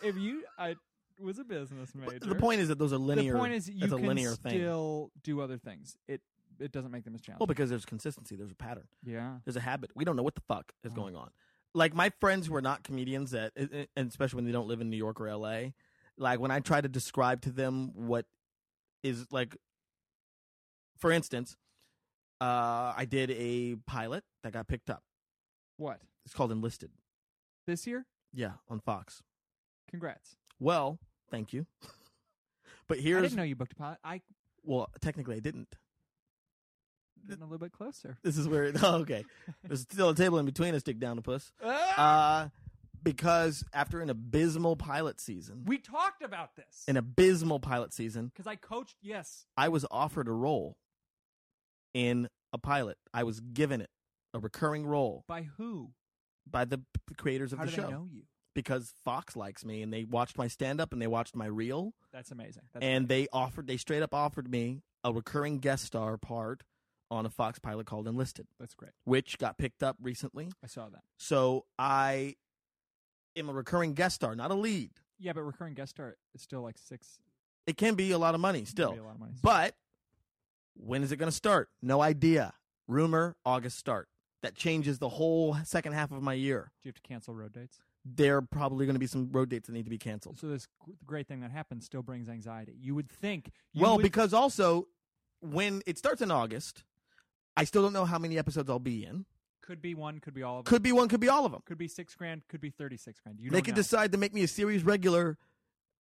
S3: if you, I was a business major.
S1: The point is that those are linear.
S3: The point is you
S1: it's a
S3: can
S1: linear thing.
S3: still do other things. It it doesn't make them as challenging.
S1: Well, because there's consistency, there's a pattern.
S3: yeah.
S1: There's a habit. We don't know what the fuck is
S3: Mhm.
S1: going on. Like my friends who are not comedians that, and especially when they don't live in New York or L.A. Like when I try to describe to them what is like, for instance, uh, I did a pilot that got picked up.
S3: What
S1: It's called Enlisted.
S3: this year?
S1: Yeah, on Fox.
S3: Congrats!
S1: Well, thank you. but
S3: I
S1: here's
S3: didn't know you booked a pilot. I
S1: well, technically I didn't.
S3: been a little bit closer.
S1: This is where it, oh, okay. There's still a table in between us, dick down the puss.
S3: Ah!
S1: Uh, because after an abysmal pilot season,
S3: we talked about this
S1: an abysmal pilot season,
S3: because I coached. Yes,
S1: I was offered a role in a pilot. I was given it, a recurring role
S3: by who?
S1: by the, the creators of
S3: How
S1: the
S3: do
S1: show
S3: they know you?
S1: because Fox likes me and they watched my stand up and they watched my reel
S3: That's amazing. That's
S1: and they offered they straight up offered me a recurring guest star part on a Fox pilot called Enlisted,
S3: that's great.
S1: which got picked up recently.
S3: I saw that.
S1: So I am a recurring guest star, not a lead.
S3: Yeah, but recurring guest star is still like six.
S1: It can be a lot of money still.
S3: maybe a lot of money.
S1: But when is it going to start? No idea. Rumor August start. That changes the whole second half of my year.
S3: Do you have to cancel road dates?
S1: There are probably going to be some road dates that need to be canceled.
S3: So this gr- great thing that happens still brings anxiety. You would think. You
S1: Well,
S3: would-
S1: because also when it starts in August, I still don't know how many episodes I'll be in.
S3: could be one, could be all of them,
S1: Could be one, could be all of them.
S3: could be six grand, could be thirty-six grand. You
S1: they
S3: don't
S1: could
S3: know.
S1: decide to make me a series regular.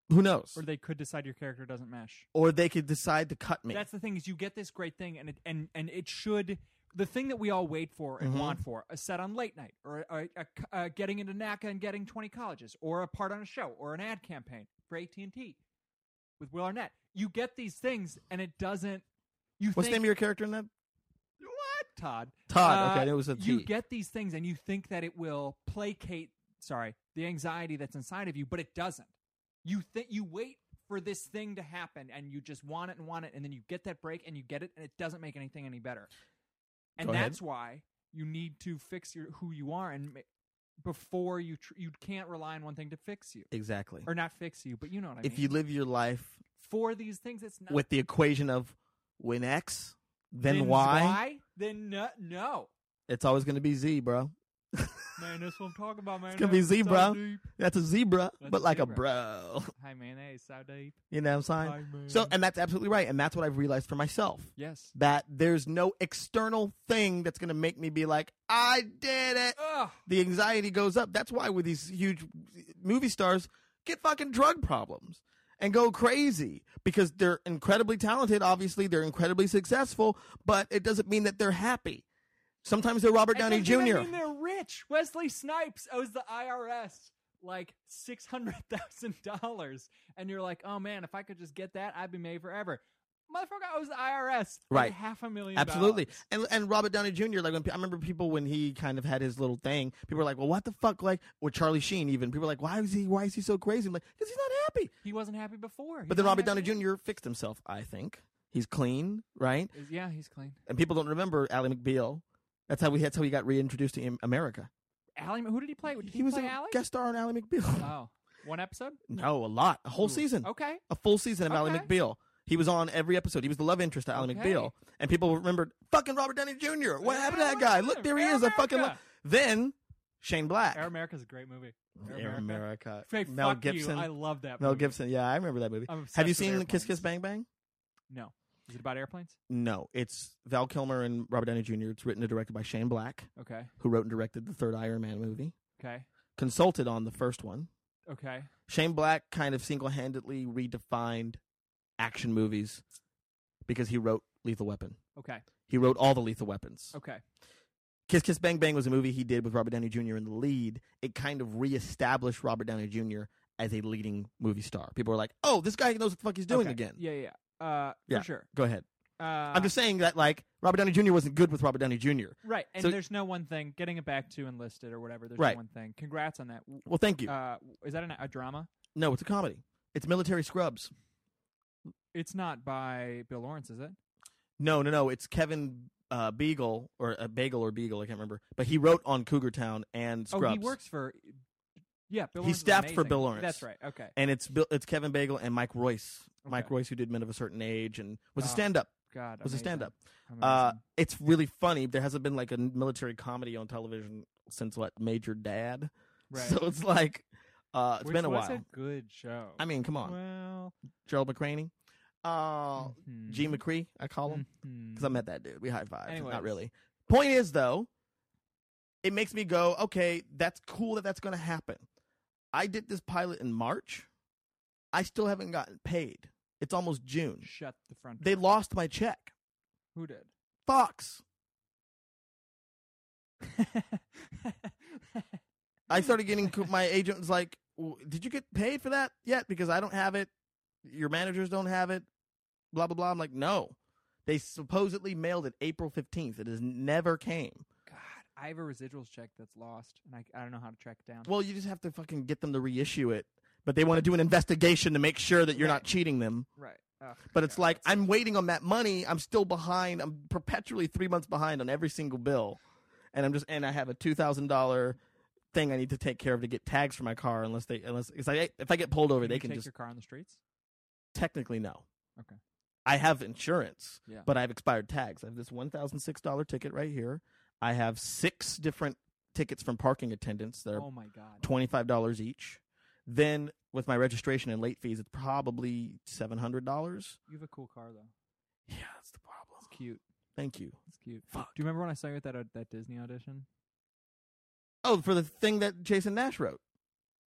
S1: Who knows?
S3: or they could decide your character doesn't mesh.
S1: Or they could decide to cut me.
S3: That's the thing is you get this great thing, and it, and and it should the thing that we all wait for and
S1: Mhm.
S3: want for a set on late night, or a, a, a, a getting into NACA and getting twenty colleges, or a part on a show, or an ad campaign for AT and T with Will Arnett. You get these things, and it doesn't. You
S1: What's the name
S3: think,
S1: of your character in that?
S3: What Todd? Uh,
S1: Todd, okay, it was a
S3: you
S1: T.
S3: get these things, and you think that it will placate. Sorry, the anxiety that's inside of you, but it doesn't. You think you wait for this thing to happen and you just want it and want it and then you get that break and you get it and it doesn't make anything any better. And
S1: Go ahead.
S3: that's why you need to fix your who you are and ma- before you tr- you can't rely on one thing to fix you
S1: Exactly.
S3: or not fix you, but you know what I
S1: if
S3: mean.
S1: you live your life
S3: for these things, it's not
S1: with the equation of when X, then,
S3: then
S1: Y,
S3: Then no, no.
S1: it's always going to be Z, bro.
S3: Man, that's what I'm talking about, man.
S1: gonna be
S3: That's so
S1: zebra.
S3: deep.
S1: That's a zebra,
S3: That's
S1: but
S3: a
S1: like a
S3: zebra.
S1: bro.
S3: Hi, man. That is so deep.
S1: You know what I'm saying?
S3: Hi, man.
S1: So, and that's absolutely right. And that's what I've realized for myself
S3: yes.
S1: that there's no external thing that's going to make me be like, I did it.
S3: Ugh.
S1: The anxiety goes up. That's why with these huge movie stars get fucking drug problems and go crazy because they're incredibly talented. Obviously, they're incredibly successful, but it doesn't mean that they're happy. Sometimes they're Robert Downey
S3: It doesn't even
S1: Jr.
S3: mean they're rich. Wesley Snipes owes the IRS like six hundred thousand dollars, and you're like, oh man, if I could just get that, I'd be made forever. Motherfucker owes the IRS like,
S1: Right.
S3: half a million.
S1: Absolutely,
S3: dollars.
S1: and and Robert Downey Jr. Like when pe- I remember people when he kind of had his little thing, people were like, "Well, what the fuck?" Like, or Charlie Sheen even. People were like, "Why is he? Why is he so crazy?" I'm like, because he's not happy.
S3: He wasn't happy before. He's
S1: But then
S3: not
S1: Robert Downey
S3: happy-
S1: Jr. fixed himself. I think he's clean, right?
S3: is- Yeah, he's clean.
S1: And people don't remember Ally McBeal. That's how we. That's how he got reintroduced to Im- America.
S3: Allie, who did he play? Did he,
S1: was
S3: play
S1: a
S3: Allie?
S1: guest star on Ally McBeal.
S3: Oh, one episode.
S1: no, a lot, a whole
S3: Ooh.
S1: season,
S3: Okay.
S1: a full season of Ally
S3: Okay.
S1: McBeal. He was on every episode. He was the love interest to Ally
S3: Okay.
S1: McBeal, and people remembered fucking Robert Downey Jr. What
S3: Yeah,
S1: happened to that
S3: Robert
S1: guy?
S3: Downey
S1: Look,
S3: Jr.,
S1: there he
S3: Air
S1: is. I fucking love.
S3: America.
S1: Then Shane Black,
S3: Air America's a great movie. Air
S1: Air
S3: America.
S1: America.
S3: Hey,
S1: Mel
S3: fuck you.
S1: Gibson.
S3: I love that.
S1: Mel
S3: movie.
S1: Gibson. Yeah, I remember that movie.
S3: I'm
S1: Have you
S3: obsessed with
S1: seen Kiss
S3: airplanes.
S1: Kiss Bang Bang?
S3: No. Is it about airplanes?
S1: No, it's Val Kilmer and Robert Downey Jr. It's written and directed by Shane Black,
S3: Okay.
S1: who wrote and directed the third Iron Man movie.
S3: Okay.
S1: Consulted on the first one.
S3: Okay.
S1: Shane Black kind of single handedly redefined action movies because he wrote Lethal Weapon.
S3: Okay.
S1: He wrote all the Lethal Weapons.
S3: Okay.
S1: Kiss Kiss Bang Bang was a movie he did with Robert Downey Jr. in the lead. It kind of reestablished Robert Downey Jr. as a leading movie star. People were like, "Oh, this guy knows what the fuck he's doing
S3: Okay.
S1: again."
S3: Yeah. Yeah. yeah. Uh,
S1: Yeah.
S3: For sure.
S1: Go ahead.
S3: Uh,
S1: I'm just saying that like Robert Downey Jr. wasn't good with Robert Downey Jr.
S3: right. And
S1: so-
S3: there's no one thing getting it back to enlisted or whatever. There's
S1: Right.
S3: no one thing. Congrats on that. W-
S1: Well, thank you.
S3: Uh, is that an, a drama?
S1: no, it's a comedy. It's Military Scrubs.
S3: It's not by Bill Lawrence, is it?
S1: No, no, no. It's Kevin uh, Beagle or uh, Bagel or Beagle. I can't remember. But he wrote on Cougar Town and Scrubs.
S3: Oh, he works for. Yeah, Bill.
S1: He
S3: Lawrence is
S1: staffed for
S3: amazing.
S1: Bill Lawrence.
S3: That's right. Okay.
S1: And it's Bill, it's Kevin Bagel and Mike Royce. Mike
S3: Okay.
S1: Royce, who did Men of a Certain Age and was a
S3: Oh.
S1: stand up.
S3: God.
S1: Was a
S3: amazing.
S1: stand-up.
S3: Amazing.
S1: Uh, it's really funny. There hasn't been like a military comedy on television since what Major Dad.
S3: right.
S1: So it's like uh, it's
S3: Which
S1: been a
S3: was
S1: while.
S3: a good show.
S1: I mean, come on,
S3: well,
S1: Gerald McCraney, uh,
S3: mhm.
S1: G McCree, I call him
S3: Mhm.
S1: because I met that dude. We high five. Not
S3: Anyways.
S1: really. Point is though, it makes me go, okay, that's cool that that's going to happen. I did this pilot in March. I still haven't gotten paid. It's almost June.
S3: shut the front.
S1: They lost my check.
S3: Who did?
S1: Fox. I started getting co- my agent was like, "W- "Did you get paid for that yet? Because I don't have it. Your managers don't have it. Blah blah blah." I'm like, "No." They supposedly mailed it April 15th. It has never came.
S3: God, I have a residuals check that's lost, and I, I don't know how to track it down.
S1: Well, you just have to fucking get them to reissue it. But they want to do an investigation to make sure that you're not
S3: Right.
S1: cheating them.
S3: right. Ugh,
S1: But it's
S3: God,
S1: like
S3: that's-
S1: I'm waiting on that money. I'm still behind. I'm perpetually three months behind on every single bill, and I'm just and I have a two thousand dollar thing I need to take care of to get tags for my car. Unless they unless it's like hey, if I get pulled over,
S3: Can
S1: they
S3: you
S1: can
S3: take
S1: just
S3: your car on the streets.
S1: technically no.
S3: Okay.
S1: I have insurance,
S3: Yeah.
S1: but I have expired tags. I have this one thousand six dollar ticket right here. I have six different tickets from parking attendants that are
S3: Oh my god.
S1: twenty five dollars each. Then with my registration and late fees, it's probably seven hundred dollars.
S3: You have a cool car though.
S1: Yeah, that's the problem.
S3: It's cute.
S1: Thank you.
S3: It's cute.
S1: Oh, Fuck.
S3: Do you remember when I saw you at that au- that Disney audition?
S1: Oh, for the thing that Jason Nash wrote.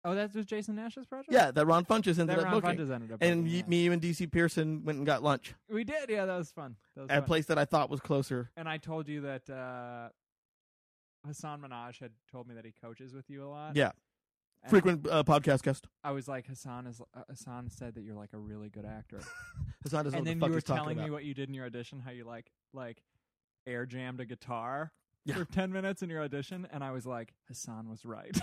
S3: Oh, that was Jason Nash's project.
S1: Yeah, that Ron Funches ended
S3: that
S1: up
S3: Ron
S1: booking.
S3: Funches ended up.
S1: and
S3: booking,
S1: y
S3: yeah.
S1: me and DC Pearson went and got lunch
S3: we did. Yeah, that was fun. That was
S1: at a
S3: fun.
S1: place that I thought was closer.
S3: and I told you that uh, Hassan Minaj had told me that he coaches with you a lot.
S1: Yeah,
S3: Uh, and
S1: frequent uh, podcast guest.
S3: I was like, Hassan is. Uh, Hassan said that you're like a really good actor.
S1: That's not as
S3: and
S1: what
S3: then
S1: the fuck
S3: you were
S1: he's talking
S3: telling me
S1: about.
S3: what you did in your audition, how you like like air jammed a guitar
S1: Yeah.
S3: for 10 minutes in your audition and I was like, Hassan was right.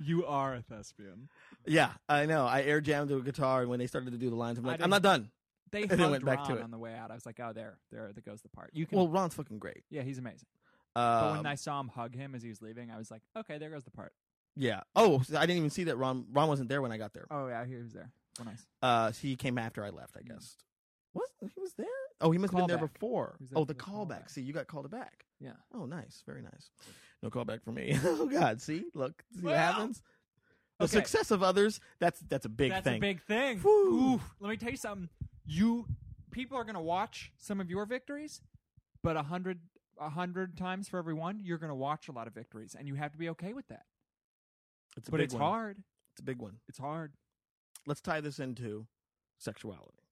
S3: you are a thespian.
S1: Yeah, I know. I air jammed to a guitar, and when they started to do the lines, I'm
S3: I
S1: like, I'm
S3: didn't-
S1: not done.
S3: They
S1: And then
S3: hugged
S1: went back to
S3: Ron
S1: it.
S3: on the way out. I was like, oh, there, there, that goes the part. You can,
S1: Well, Ron's fucking great.
S3: yeah, he's amazing.
S1: Um,
S3: but when I saw him hug him as he was leaving, I was like, okay, there goes the part.
S1: yeah. Oh, so I didn't even see that Ron. Ron wasn't there when I got there.
S3: Oh yeah, he was there. Well, nice.
S1: Uh, he came after I left, I
S3: Mm.
S1: guess. Was he was there? Oh, he must have been there
S3: Callback.
S1: before.
S3: He was there
S1: Oh,
S3: for
S1: the
S3: the
S1: callback.
S3: callback.
S1: See, you got called back.
S3: Yeah.
S1: Oh, nice. Very nice. No callback for me. oh God. See, look, see what
S3: Well.
S1: happens. The
S3: Okay.
S1: success of others. That's that's a big
S3: That's
S1: thing.
S3: a big thing.
S1: Whew.
S3: Oof. Let me tell you something. You people are gonna watch some of your victories, but a hundred a hundred times for every one, you're gonna watch a lot of victories, and you have to be okay with that.
S1: it's a
S3: but
S1: big
S3: it's
S1: one.
S3: hard.
S1: It's a big one.
S3: It's hard.
S1: Let's tie this into sexuality.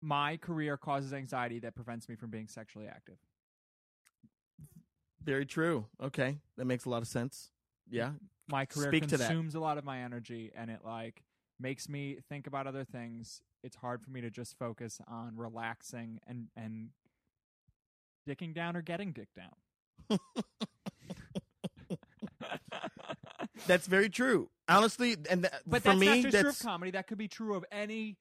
S3: My career causes anxiety that prevents me from being sexually active.
S1: Very true. Okay, that makes a lot of sense. Yeah.
S3: My career
S1: Speak to that.
S3: consumes a lot of my energy, and it like makes me think about other things. It's hard for me to just focus on relaxing and and dicking down or getting dicked down.
S1: That's very true. Honestly, and th-
S3: But
S1: for
S3: that's
S1: me,
S3: not just
S1: that's
S3: true of comedy. That could be true of any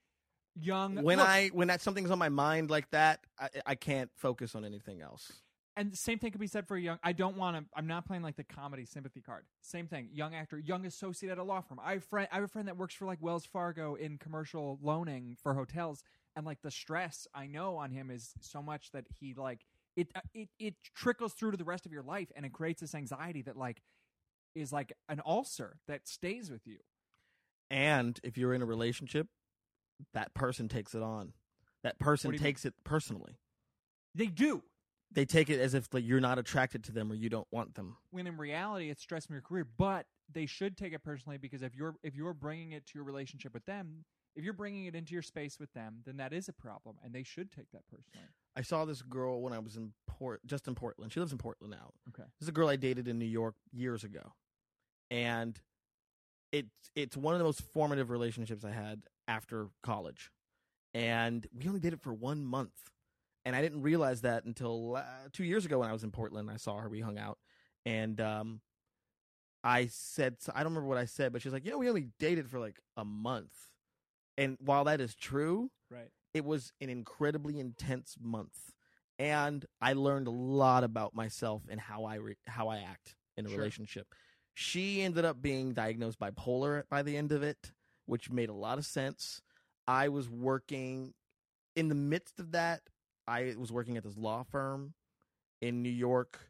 S3: young.
S1: when
S3: look,
S1: I when that something's on my mind like that, I, I can't focus on anything else.
S3: and the same thing could be said for a young. I don't want to. I'm not playing like the comedy sympathy card. Same thing. Young actor, young associate at a law firm. I have friend. I have a friend that works for like Wells Fargo in commercial loaning for hotels, and like the stress I know on him is so much that he like it. uh, It it trickles through to the rest of your life, and it creates this anxiety that like is like an ulcer that stays with you.
S1: And if you're in a relationship, that person takes it on. That
S3: What
S1: person
S3: do you
S1: takes it personally.
S3: They do.
S1: They take it as if like you're not attracted to them or you don't want them.
S3: when in reality it's stress from your career but they should take it personally because if you're if you're bringing it to your relationship with them if you're bringing it into your space with them then that is a problem and they should take that personally
S1: I saw this girl when I was in Port, just in Portland. She lives in Portland now.
S3: okay
S1: This is a girl I dated in New York years ago, and it's it's one of the most formative relationships I had after college, and we only did it for one month, and I didn't realize that until uh, two years ago when I was in Portland. I saw her, we hung out, and um, I said I don't remember what I said, but she's like, "Yeah, we only dated for like a month," and while that is true,
S3: right
S1: it was an incredibly intense month and i learned a lot about myself and how i re- how i act in a
S3: Sure.
S1: relationship she ended up being diagnosed bipolar by the end of it which made a lot of sense i was working in the midst of that i was working at this law firm in new york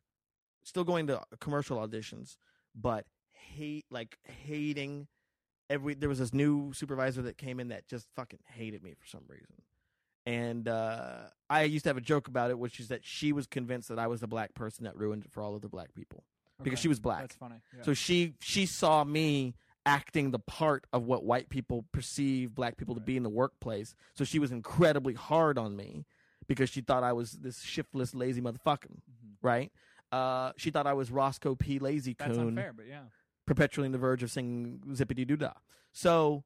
S1: still going to commercial auditions but hate like hating every there was this new supervisor that came in that just fucking hated me for some reason and uh, I used to have a joke about it, which is that she was convinced that I was the black person that ruined it for all of the black people because
S3: Okay.
S1: she was black.
S3: that's funny yeah.
S1: So she she saw me acting the part of what white people perceive black people to be in the workplace. So she was incredibly hard on me because she thought I was this shiftless, lazy motherfucker,
S3: Mhm.
S1: right? Uh, she thought I was Roscoe P. Lazy
S3: that's
S1: Coon
S3: unfair but yeah
S1: perpetually on the verge of singing zippity doo dah. So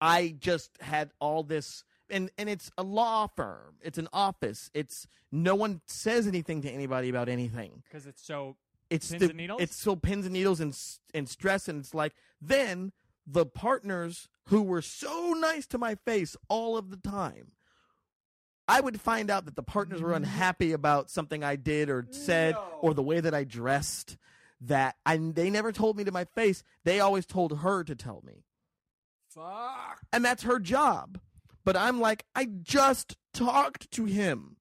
S1: I just had all this and and it's a law firm. It's an office. It's no one says anything to anybody about anything.
S3: because it's so
S1: It's
S3: Pins
S1: the-
S3: and needles?
S1: It's so pins and needles and s- and stress and it's like then the partners who were so nice to my face all of the time. I would find out that the partners
S3: Mm-hmm.
S1: were unhappy about something I did or said or the way that I dressed that I they never told me to my face. They always told her to tell me.
S3: fuck
S1: And that's her job. But I'm like, I just talked to him.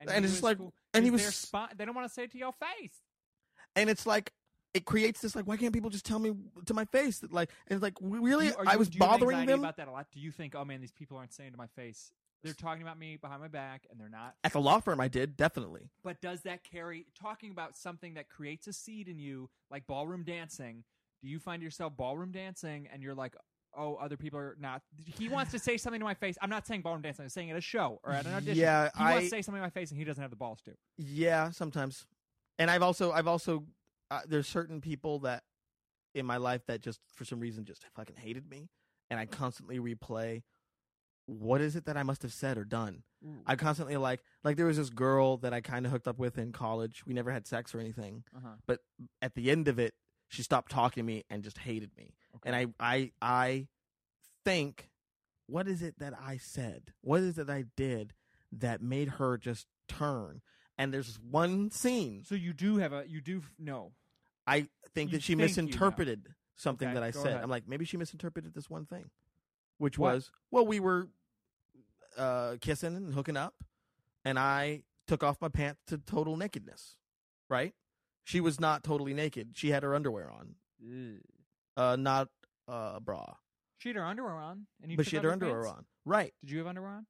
S1: And
S3: he
S1: it's just
S3: was
S1: like-
S3: cool.
S1: and he
S3: Because
S1: was-
S3: they're spo- they don't want to say it to your face
S1: And it's like it creates this like why can't people just tell me to my face that like and it's like really
S3: Do you- are
S1: I
S3: you-
S1: was
S3: do you have
S1: bothering
S3: anxiety
S1: them
S3: about that a lot do you think oh man these people aren't saying to my face they're talking about me behind my back and they're not
S1: at the law firm I did definitely.
S3: but does that carry talking about something that creates a seed in you like ballroom dancing do you find yourself ballroom dancing and you're like oh other people are not he wants to say something to my face i'm not saying ballroom dancing i'm saying at a show or at an audition
S1: Yeah,
S3: he wants
S1: I-
S3: to say something to my face and he doesn't have the balls to
S1: Yeah, sometimes. And I've also I've also uh, there's certain people that in my life that just for some reason just fucking hated me and I constantly replay what is it that I must have said or done?
S3: Ooh.
S1: I constantly like like there was this girl that I kind of hooked up with in college. We never had sex or anything,
S3: Uh-huh.
S1: but at the end of it, she stopped talking to me and just hated me. And I I I think what is it that I said? What is it I did that made her just turn? And there's one scene
S3: So you do have a you do f- no.
S1: I think
S3: You
S1: that she
S3: think you know.
S1: misinterpreted something
S3: Okay,
S1: that I
S3: go
S1: said.
S3: ahead.
S1: I'm like, maybe she misinterpreted this one thing, which
S3: What?
S1: was, well, we were uh, kissing and hooking up, and I took off my pants to total nakedness, right? She was not totally naked. She had her underwear on, uh, not uh, a bra,
S3: She had her underwear on, and you
S1: but
S3: took
S1: she had
S3: off
S1: her
S3: your
S1: underwear
S3: pants?
S1: on. Right.
S3: Did you have underwear on?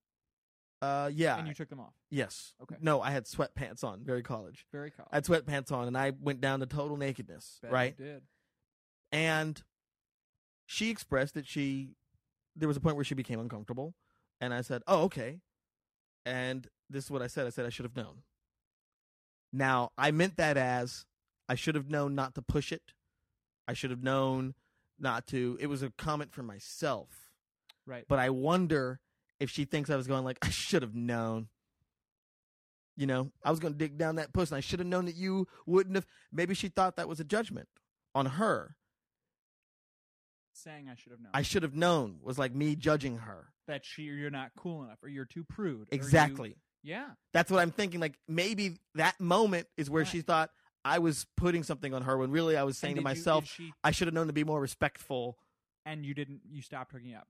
S1: Uh, yeah.
S3: And you took them off.
S1: yes.
S3: Okay.
S1: No, I had sweatpants on, very college.
S3: Very cool.
S1: I had sweatpants on, and I went down to total nakedness,
S3: Bet you
S1: right?
S3: Did
S1: and she expressed that she there was a point where she became uncomfortable and i said oh okay and this is what i said i said i should have known now i meant that as i should have known not to push it i should have known not to it was a comment for myself
S3: right.
S1: but i wonder if she thinks i was going like i should have known you know i was going to dig down that puss and i should have known that you wouldn't have maybe she thought that was a judgment on her
S3: Saying I should have known
S1: I should have known was like me judging her.
S3: that she you're not cool enough, or you're too prude. or you-
S1: Exactly.
S3: yeah.
S1: That's what I'm thinking. Like maybe that moment is where
S3: Right.
S1: she thought I was putting something on her when really I was saying
S3: And
S1: to
S3: did you-
S1: myself,
S3: did she,
S1: I should have known to be more respectful.
S3: and you didn't. You stopped hooking up.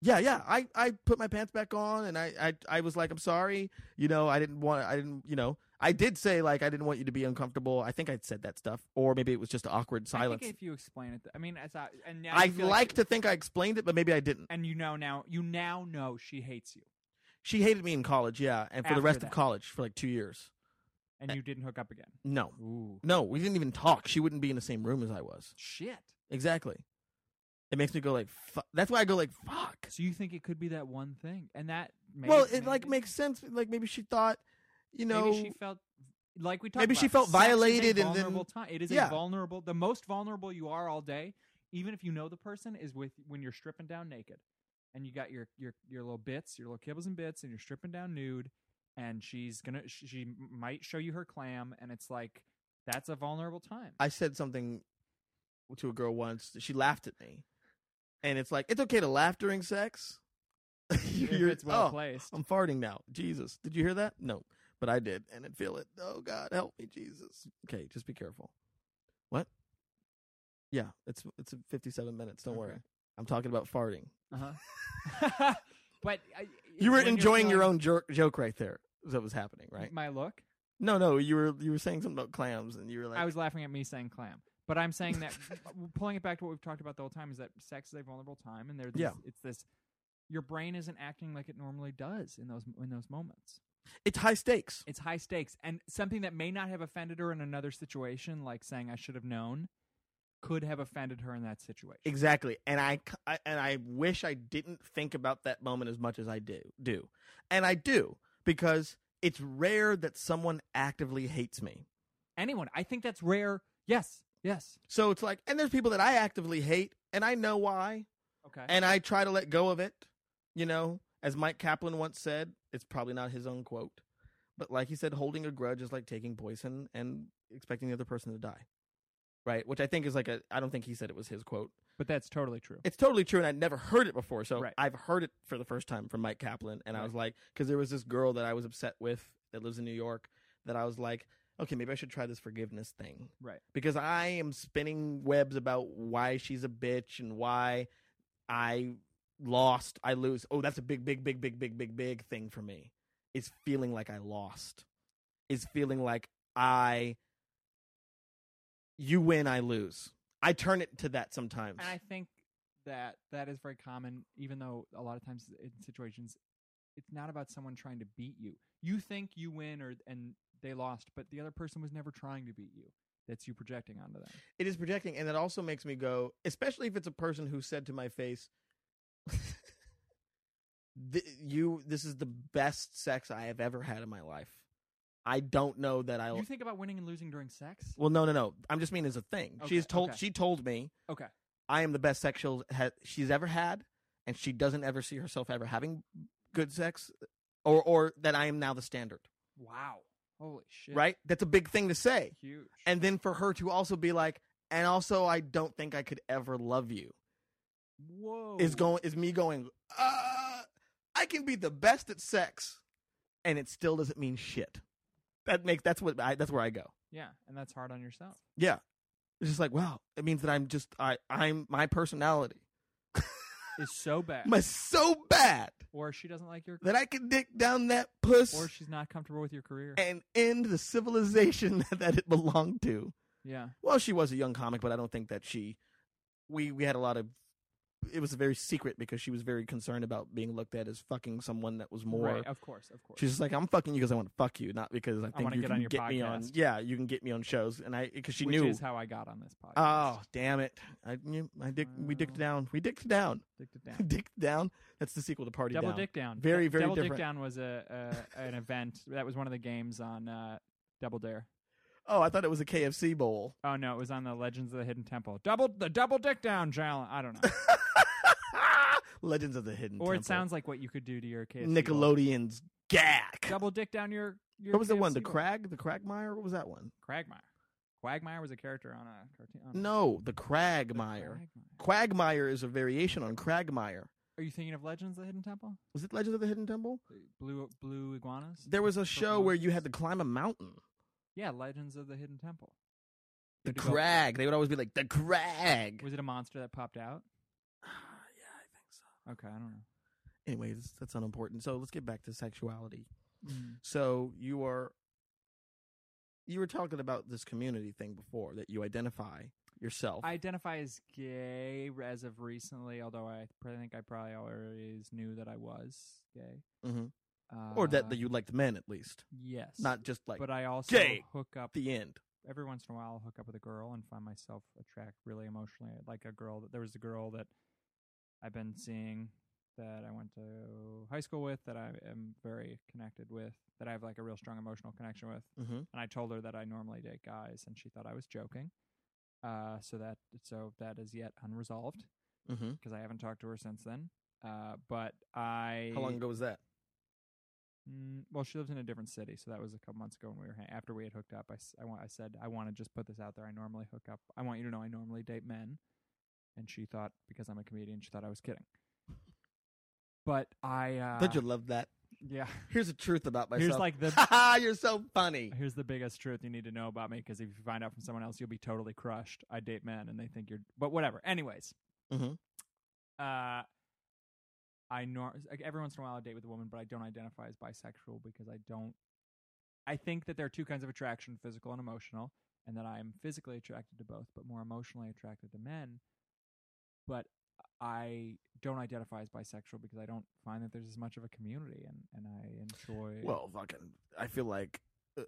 S1: Yeah, yeah. I, I put my pants back on and I, I I was like, I'm sorry. You know, I didn't want I didn't you know I did say like I didn't want you to be uncomfortable. I think I said that stuff. Or maybe it was just awkward
S3: I
S1: silence.
S3: think if you explain it, th- I mean, as I and now you
S1: I like,
S3: feel
S1: to think I explained it, but maybe I didn't.
S3: and you know now you now know she hates you,
S1: She hated me in college, yeah, and for the
S3: After
S1: rest of
S3: that.
S1: college for like two years. Eh.
S3: and you didn't hook up again.
S1: No.
S3: Ooh,
S1: No, we didn't even talk. She wouldn't be in the same room as I was.
S3: shit.
S1: Exactly. It makes me go like, fu- that's why I go like, fuck.
S3: So you think it could be that one thing, and that may,
S1: well, it like
S3: maybe-
S1: makes sense. Like maybe she thought, you know,
S3: maybe she felt like we talked.
S1: Maybe she felt
S3: about, sex is a
S1: violated and then-
S3: vulnerable time. It is
S1: Yeah.
S3: a vulnerable. The most vulnerable you are all day, even if you know the person, is with when you're stripping down naked, and you got your your your little bits, your little kibbles and bits, and you're stripping down nude, and she's gonna she, she might show you her clam, and it's like that's a vulnerable time.
S1: I said something to a girl once. She laughed at me, and it's like it's okay to laugh during sex.
S3: if
S1: You're-
S3: it's well
S1: oh,
S3: placed.
S1: I'm farting now. Jesus, did you hear that? No, but I did, and I feel it. Oh God, help me, Jesus. Okay, just be careful. What? Yeah, it's it's 57 minutes. Don't
S3: Okay.
S1: worry. I'm talking about farting.
S3: Uh-huh. but I,
S1: You
S3: it's
S1: were
S3: when you're
S1: enjoying your
S3: feeling-
S1: own jerk, joke right there. Is what was happening, right?
S3: my look.
S1: No, no, you were you were saying something about clams, and you were like,
S3: I was laughing at me saying clam, but I'm saying that pulling it back to what we've talked about the whole time is that sex is a vulnerable time, and there,
S1: Yeah.
S3: it's this. Your brain isn't acting like it normally does in those in those moments.
S1: it's high stakes.
S3: It's high stakes, and something that may not have offended her in another situation, like saying "I should have known," could have offended her in that situation.
S1: Exactly, and I, c- I- and I wish I didn't think about that moment as much as I do do, and I do because it's rare that someone actively hates me.
S3: Anyone, I think that's rare. Yes, yes.
S1: So it's like, and there's people that I actively hate, and I know why,
S3: Okay.
S1: and I try to let go of it. You know, as Mike Kaplan once said, it's probably not his own quote, but like he said, holding a grudge is like taking poison and expecting the other person to die. Right, which I think is like a. I don't think he said it was his quote.
S3: but that's totally true.
S1: It's totally true, and I'd never heard it before. So
S3: Right.
S1: I've heard it for the first time from Mike Kaplan, and I was like, because there was this girl that I was upset with that lives in New York, that I was like, okay, maybe I should try this forgiveness thing,
S3: Right.
S1: Because I am spinning webs about why she's a bitch and why I lost, I lose. Oh, that's a big, big, big, big, big, big, big thing for me. Is feeling like I lost. Is feeling like I. You win, I lose. I turn it to that sometimes.
S3: And I think that that is very common, even though a lot of times in situations, it's not about someone trying to beat you. You think you win or and they lost, but the other person was never trying to beat you. That's you projecting onto them.
S1: It is projecting, and that also makes me go, especially if it's a person who said to my face, "Th- "You, this is the best sex I have ever had in my life." I don't know that I.
S3: you think about winning and losing during sex?
S1: well, no, no, no. I'm just mean as a thing. She
S3: Okay,
S1: has told.
S3: okay.
S1: She told me
S3: Okay.
S1: I am the best sex she'll ha- she's ever had, and she doesn't ever see herself ever having good sex, or or that I am now the standard.
S3: Wow. Holy shit.
S1: Right? That's a big thing to say.
S3: Huge.
S1: And then for her to also be like, and also I don't think I could ever love you.
S3: Whoa.
S1: Is going is me going, uh I can be the best at sex and it still doesn't mean shit. That makes that's what I that's where I go.
S3: Yeah, and that's hard on yourself.
S1: Yeah. It's just like, wow, it means that I'm just I I'm my personality.
S3: Is so bad.
S1: My so bad
S3: or she doesn't like your
S1: that I can dick down that puss
S3: or she's not comfortable with your career.
S1: and end the civilization that it belonged to.
S3: yeah.
S1: Well, she was a young comic, but I don't think that she. We we had a lot of. It was very secret because she was very concerned about being looked at as fucking someone that was more.
S3: Right, of course, of course.
S1: She's just like, I'm fucking you because I want to fuck you, not because I think
S3: wanna
S1: you
S3: get
S1: can
S3: on your
S1: get me on.
S3: podcast.
S1: Yeah, you can get me on shows, and I because she
S3: Which
S1: knew.
S3: is how I got on this podcast.
S1: oh damn it! I you- I dick we dicked
S3: Wow.
S1: down. We dicked down.
S3: Dick it down.
S1: dicked down. That's the sequel to Party
S3: Double
S1: Down.
S3: Dick Down.
S1: Very,
S3: Dou-
S1: very
S3: Double
S1: different.
S3: Dick Down was a, a an event that was one of the games on uh, Double Dare.
S1: Oh, I thought it was a KFC bowl.
S3: Oh no, it was on the Legends of the Hidden Temple. Double the Double Dick Down challenge. I don't know.
S1: Legends of the Hidden. Temple.
S3: or it sounds like what you could do to your KFC. bowl.
S1: Nickelodeon's gack.
S3: Double Dick Down your. your
S1: What was the one?
S3: KFC
S1: The
S3: bowl.
S1: Crag? The Cragmire? What was that one?
S3: Quagmire. Quagmire was a character on a cartoon. on-
S1: No, the
S3: the
S1: Cragmire. Quagmire is a variation on Cragmire.
S3: Are you thinking of Legends of the Hidden Temple?
S1: Was it Legends of the Hidden Temple?
S3: The Blue Blue Iguanas?
S1: There was a show
S3: Pokemon.
S1: where you had to climb a mountain.
S3: Yeah, Legends of the Hidden Temple.
S1: The
S3: had to go-
S1: Crag. They would always be like the Crag.
S3: Was it a monster that popped out?
S1: yeah, I think so.
S3: Okay, I don't know.
S1: Anyways, that's unimportant. So let's get back to sexuality. Hmm. So you are you were talking about this community thing before that you identify yourself.
S3: I identify as gay as of recently, although I pr- think I probably always knew that I was gay.
S1: Mhm.
S3: Uh,
S1: or that, that you liked men at least.
S3: yes,
S1: Not just like
S3: but uh, I also
S1: gay.
S3: hook up
S1: the end.
S3: every once in a while. I'll hook up with a girl and find myself attract really emotionally. Like a girl that there was a girl that I've been seeing that I went to high school with that I am very connected with that I have like a real strong emotional connection with.
S1: Mhm.
S3: and I told her that I normally date guys, and she thought I was joking. Uh, so that so that is yet unresolved
S1: Mhm.
S3: because I haven't talked to her since then. Uh, but I
S1: How long ago was that?
S3: Mm, well, she lives in a different city, so that was a couple months ago when we were hang- after we had hooked up. I s- I, wa- I said I want to just put this out there. I normally hook up. I want you to know I normally date men, and she thought because I'm a comedian, she thought I was kidding. But I uh,
S1: Don't you love that?
S3: yeah.
S1: Here's the truth about myself.
S3: Here's like the
S1: Ha You're so funny.
S3: Here's the biggest truth you need to know about me because if you find out from someone else, you'll be totally crushed. I date men and they think you're, but whatever. Anyways,
S1: Mhm.
S3: uh, I nor like every once in a while I date with a woman, but I don't identify as bisexual because I don't. I think that there are two kinds of attraction: physical and emotional, and that I am physically attracted to both, but more emotionally attracted to men. But I don't identify as bisexual because I don't find that there's as much of a community, and and I enjoy.
S1: Well, fucking, I feel like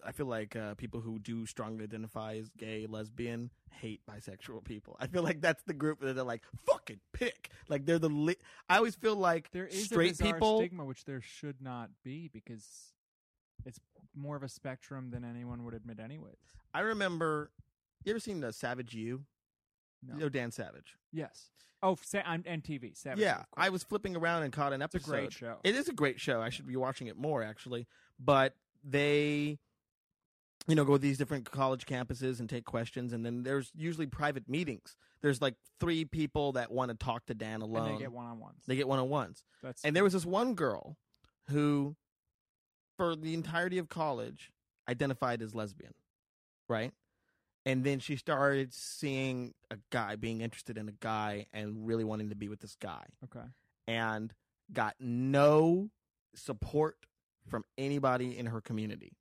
S1: I feel like uh, people who do strongly identify as gay, lesbian, hate bisexual people. I feel like that's the group that they're like fucking pick. Like they're the li- I always feel like
S3: there is a
S1: straight
S3: bizarre
S1: people.
S3: stigma which there should not be because it's more of a spectrum than anyone would admit anyways
S1: I remember. You ever seen the Savage U?
S3: no
S1: You know Dan Savage.
S3: yes oh sa- I'm, and tv Savage,
S1: yeah,
S3: of course.
S1: I was flipping around and caught an
S3: it's a
S1: episode.
S3: great show
S1: It is a great show. I should be watching it more actually. But they you know go to these different college campuses and take questions and then there's usually private meetings. There's like three people that want to talk to Dan
S3: and
S1: alone.
S3: they get one-on-ones
S1: They get one-on-ones.
S3: that's
S1: And there was this one girl who for the entirety of college identified as lesbian, right? And then she started seeing a guy, being interested in a guy and really wanting to be with this guy
S3: okay
S1: and got no support from anybody in her community.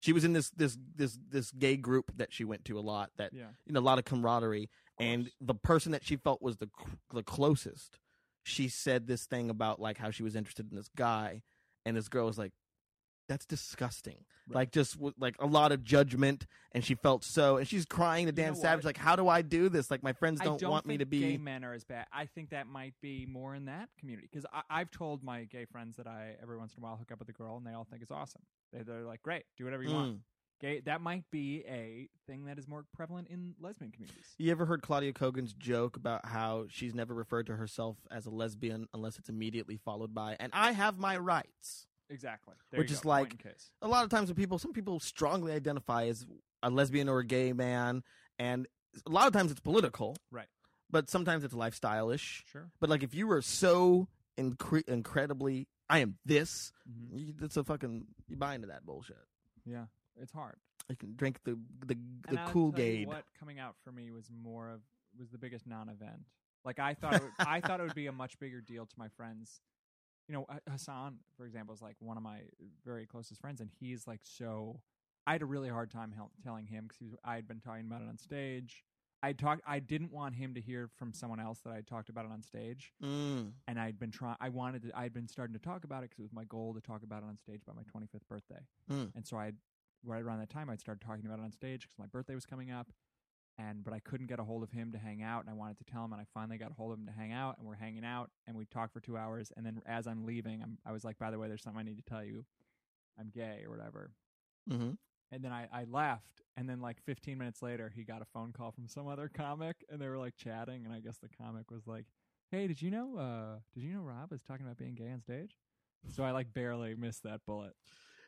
S1: She was in this this this this gay group that she went to a lot that
S3: yeah
S1: you know, a lot of camaraderie
S3: course.
S1: and the person that she felt was the c- the closest she said this thing about like how she was interested in this guy and this girl was like that's disgusting
S3: Right.
S1: like just w- like a lot of judgment and she felt so and she's crying to
S3: You
S1: dan
S3: know
S1: savage like
S3: what?
S1: how do i do this like my friends
S3: I
S1: don't,
S3: don't
S1: want me
S3: think
S1: to be
S3: gay men are as bad. I think that might be more in that community because I've told my gay friends that I every once in a while hook up with a girl and they all think it's awesome. They, they're like, "Great, do whatever you want."
S1: Mm.
S3: gay. That might be a thing that is more prevalent in lesbian communities.
S1: You ever heard Claudia Kogan's joke about how she's never referred to herself as a lesbian unless it's immediately followed by, and I have my rights?
S3: Exactly.
S1: Which
S3: you
S1: is
S3: go.
S1: like-
S3: Point in case.
S1: A lot of times when people, some people strongly identify as a lesbian or a gay man, and a lot of times it's political.
S3: Right.
S1: But sometimes it's lifestyle-ish.
S3: Sure.
S1: But like if you were so incre- incredibly, I am this,
S3: Mhm.
S1: you, that's a fucking, you buy into that bullshit.
S3: Yeah, it's hard.
S1: You can drink the, the, the
S3: And I'll
S1: Kool
S3: tell you
S1: Gade.
S3: What coming out for me was more of was the biggest non-event. Like I thought, it would, I thought it would be a much bigger deal to my friends. You know, Ha- Hassan, for example, is like one of my very closest friends, and he's like so. I had a really hard time hel- telling him because I had been talking about it on stage. I talked. I didn't want him to hear from someone else that I had talked about it on stage.
S1: Mm.
S3: and I'd been trying. I wanted to. I'd been starting to talk about it because it was my goal to talk about it on stage by my 25th birthday.
S1: Hmm.
S3: And so I, right around that time, I'd started talking about it on stage because my birthday was coming up. And but I couldn't get a hold of him to hang out, and I wanted to tell him, and I finally got a hold of him to hang out, and we're hanging out, and we talked for two hours, and then as I'm leaving, I'm, I was like, by the way, there's something I need to tell you, I'm gay or whatever.
S1: Mm-hmm.
S3: And then I, I left, and then like 15 minutes later, he got a phone call from some other comic, and they were like chatting, and I guess the comic was like, "Hey, did you know? Uh, did you know Rob is talking about being gay on stage?" So I like barely missed that bullet.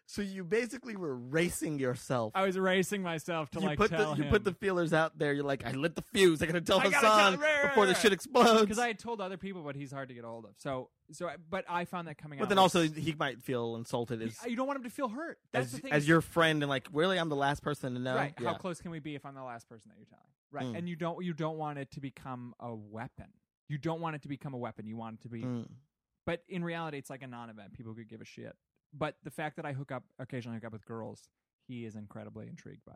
S1: So you basically were racing yourself.
S3: I was racing myself to
S1: you
S3: like
S1: put
S3: tell
S1: the,
S3: him
S1: You put the feelers out there. You're like, I lit the fuse. I gotta tell
S3: I gotta
S1: Hassan
S3: tell- right, right,
S1: before the
S3: right.
S1: shit explodes.
S3: because I had told other people, but he's hard to get a hold of. So so, I, but I found that coming out.
S1: but then
S3: was-
S1: also he might feel insulted as
S3: you don't want him to feel hurt. That's
S1: as,
S3: the thing.
S1: as
S3: is-
S1: your friend and like really I'm the last person to know.
S3: right.
S1: Yeah.
S3: How close can we be if I'm the last person that you're telling? Right.
S1: Mm.
S3: And you don't you don't want it to become a weapon. You don't want it to become a weapon. You want it to be
S1: Mm.
S3: But in reality, it's like a non-event. People could give a shit. But the fact that I hook up occasionally hook up with girls, he is incredibly intrigued by.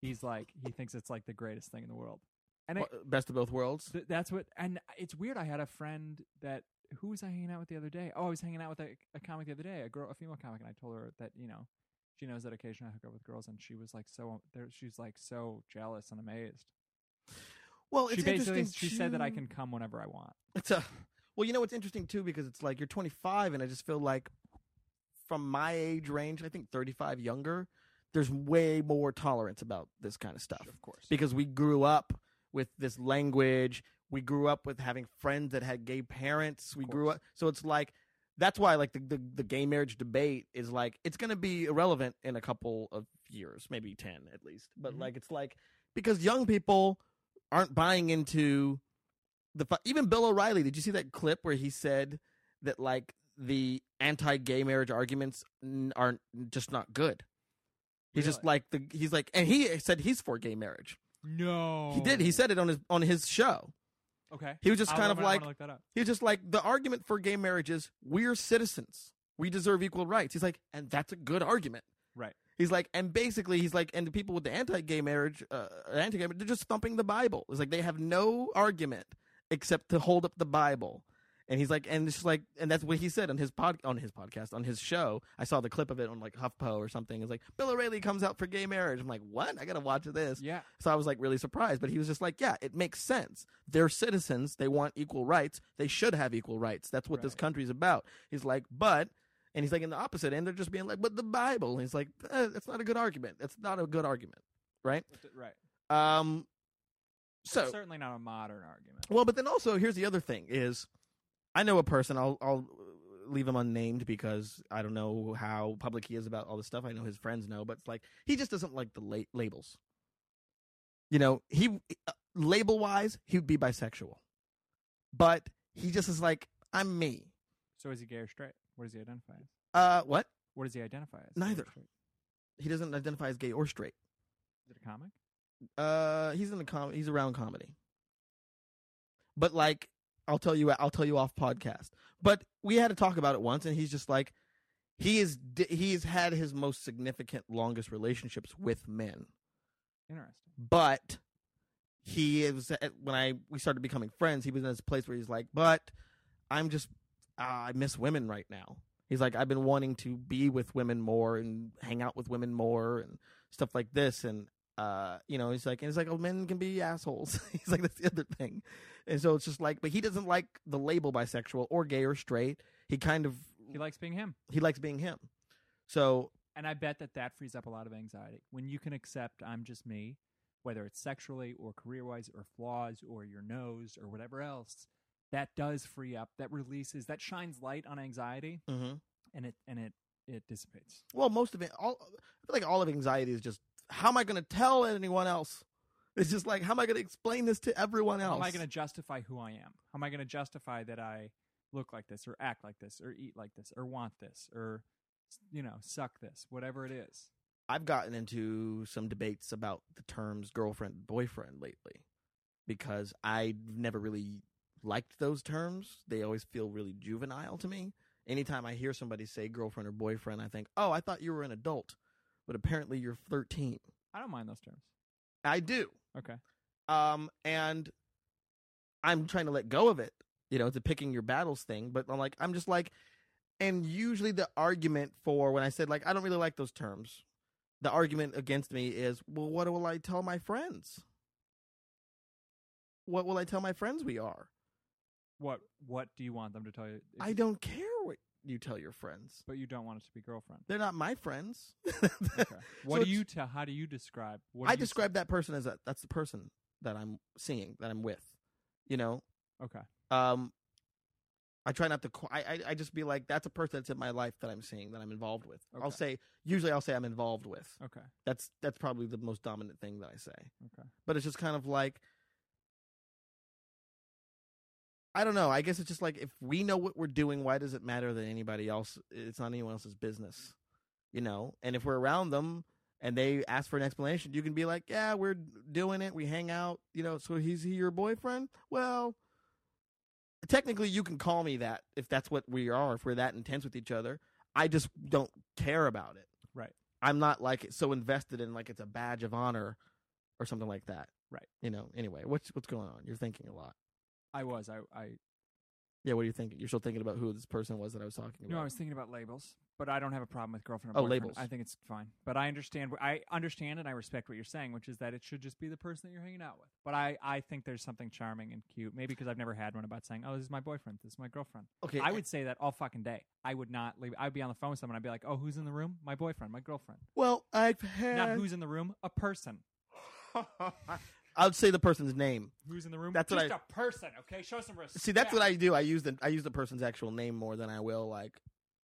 S3: He's like he thinks it's like the greatest thing in the world. And it,
S1: Well, best of both worlds.
S3: th- that's what. And it's weird. I had a friend that who was I hanging out with the other day? Oh, I was hanging out with a, a comic the other day, a girl, a female comic, and I told her that you know she knows that occasionally I hook up with girls, and she was like so there. She's like so jealous and amazed.
S1: Well, it's
S3: she basically
S1: interesting.
S3: she said that I
S1: too-
S3: can come whenever I want.
S1: It's a, well, you know what's interesting too because it's like you're 25 and I just feel like from my age range, I think 35 younger, there's way more tolerance about this kind of stuff.
S3: Of course.
S1: because we grew up with this language. We grew up with having friends that had gay parents. We grew
S3: course.
S1: up, so it's like that's why like the, the the gay marriage debate is like it's gonna be irrelevant in a couple of years, maybe ten at least. But
S3: Mhm.
S1: like it's like because young people aren't buying into the fu- even Bill O'Reilly. Did you see that clip where he said that like the anti-gay marriage arguments n- aren't just not good? He's just
S3: Really?
S1: like the he's like and he said he's for gay marriage.
S3: no,
S1: He did. He said it on his on his show.
S3: okay.
S1: He was just
S3: I
S1: kind
S3: wanna-
S1: of
S3: I wanna
S1: like
S3: look that up.
S1: he was just like the argument for gay marriage is we're citizens. We deserve equal rights. He's like, and that's a good argument.
S3: Right.
S1: He's like, and basically, he's like, and the people with the anti-gay marriage, uh, anti-gay, they're just thumping the Bible. It's like they have no argument except to hold up the Bible. And he's like, and it's just like, and that's what he said on his pod, on his podcast, on his show. I saw the clip of it on like HuffPo or something. It's like Bill O'Reilly comes out for gay marriage. I'm like, what? I gotta watch this.
S3: Yeah,
S1: So I was like really surprised, but he was just like, "Yeah, it makes sense. They're citizens. They want equal rights. They should have equal rights. That's what this
S3: Right.
S1: country's about." He's like, "But," and he's like, "In the opposite end, they're just being like, but the Bible." And he's like, eh, "That's not a good argument. That's not a good argument, right?"
S3: right.
S1: Um, so
S3: certainly not a modern argument.
S1: well, but then also here's the other thing: is I know a person. I'll I'll leave him unnamed because I don't know how public he is about all this stuff. I know his friends know, but it's like he just doesn't like the la- labels. You know, he uh, label wise, he would be bisexual, but he just is like, I'm me.
S3: So is he gay or straight? What does he identify as?
S1: Uh, what?
S3: What does he identify as? Gay or
S1: Neither.
S3: straight?
S1: He doesn't identify as gay or straight.
S3: Is it a comic?
S1: Uh, he's in the com. He's around comedy. But like, I'll tell you. I'll tell you off podcast. But we had to talk about it once, and he's just like, he is. d- He's had his most significant, longest relationships with men,
S3: Interesting.
S1: but he is. at- When I we started becoming friends, he was in this place where he's like, but I'm just. Uh, I miss women right now. He's like, I've been wanting to be with women more and hang out with women more and stuff like this and uh you know he's like and he's like oh men can be assholes he's like that's the other thing and so it's just like but he doesn't like the label bisexual or gay or straight he kind of
S3: He likes being him.
S1: he likes being him so
S3: And I bet that that frees up a lot of anxiety. When you can accept I'm just me, whether it's sexually or career wise or flaws or your nose or whatever else, that does free up, that releases, that shines light on anxiety
S1: Mm-hmm.
S3: and it and it it dissipates.
S1: Well, most of it, all I feel like all of anxiety is just how am I going to tell anyone else? It's just like how am I going to explain this to everyone else?
S3: How am I going to justify who I am? How am I going to justify that I look like this or act like this or eat like this or want this or you know, suck this, whatever it is.
S1: I've gotten into some debates about the terms girlfriend boyfriend lately because I never really liked those terms. They always feel really juvenile to me. Anytime I hear somebody say girlfriend or boyfriend, I think, "Oh, I thought you were an adult, but apparently you're 13."
S3: I don't mind those terms.
S1: I do.
S3: Okay.
S1: um, and I'm trying to let go of it. You know, it's a picking your battles thing, but I'm like, I'm just like, and usually the argument for when I said like I don't really like those terms, the argument against me is, well, what will I tell my friends? What will I tell my friends we are?
S3: What what do you want them to tell you? If
S1: I
S3: you-
S1: don't care what you tell your friends.
S3: but you don't want it to be girlfriend.
S1: They're not my friends.
S3: Okay. What
S1: So
S3: do you tell? How do you describe? What do
S1: I
S3: you say?
S1: describe that person as a, that's the person that I'm seeing, that I'm with. You know,
S3: Okay.
S1: um i try not to qu- I, I i just be like that's a person that's in my life that i'm seeing that i'm involved with i'll
S3: Okay.
S1: say usually i'll say i'm involved with
S3: Okay.
S1: that's that's probably the most dominant thing that i say
S3: Okay.
S1: but it's just kind of like i don't know i guess it's just like if we know what we're doing why does it matter that anybody else it's not anyone else's business you know and if we're around them and they ask for an explanation you can be like yeah we're doing it we hang out you know so he's he your boyfriend well technically you can call me that if that's what we are if we're that intense with each other i just don't care about it
S3: Right.
S1: i'm not like so invested in like it's a badge of honor or something like that
S3: Right.
S1: you know anyway what's what's going on you're thinking a lot
S3: I was. I. I.
S1: yeah what are you thinking you're still thinking about who this person was that i was talking about
S3: No, I was thinking about labels, but I don't have a problem with girlfriend. Or
S1: Oh,
S3: boyfriend.
S1: labels.
S3: I think it's fine. But I understand. wh- I understand and I respect what you're saying, which is that it should just be the person that you're hanging out with. But I. I think there's something charming and cute. Maybe because I've never had one about saying, "Oh, this is my boyfriend. This is my girlfriend."
S1: okay eh,
S3: I would say that all fucking day. I would not leave. I'd be on the phone with someone. I'd be like, "Oh, who's in the room? My boyfriend. My girlfriend."
S1: well i've
S3: Not
S1: had
S3: who's in the room. A person.
S1: i would say the person's name
S3: Who's in the room?
S1: That's what
S3: just
S1: I-
S3: a person. Okay, show some respect.
S1: see that's what i do i use the i use the person's actual name more than i will like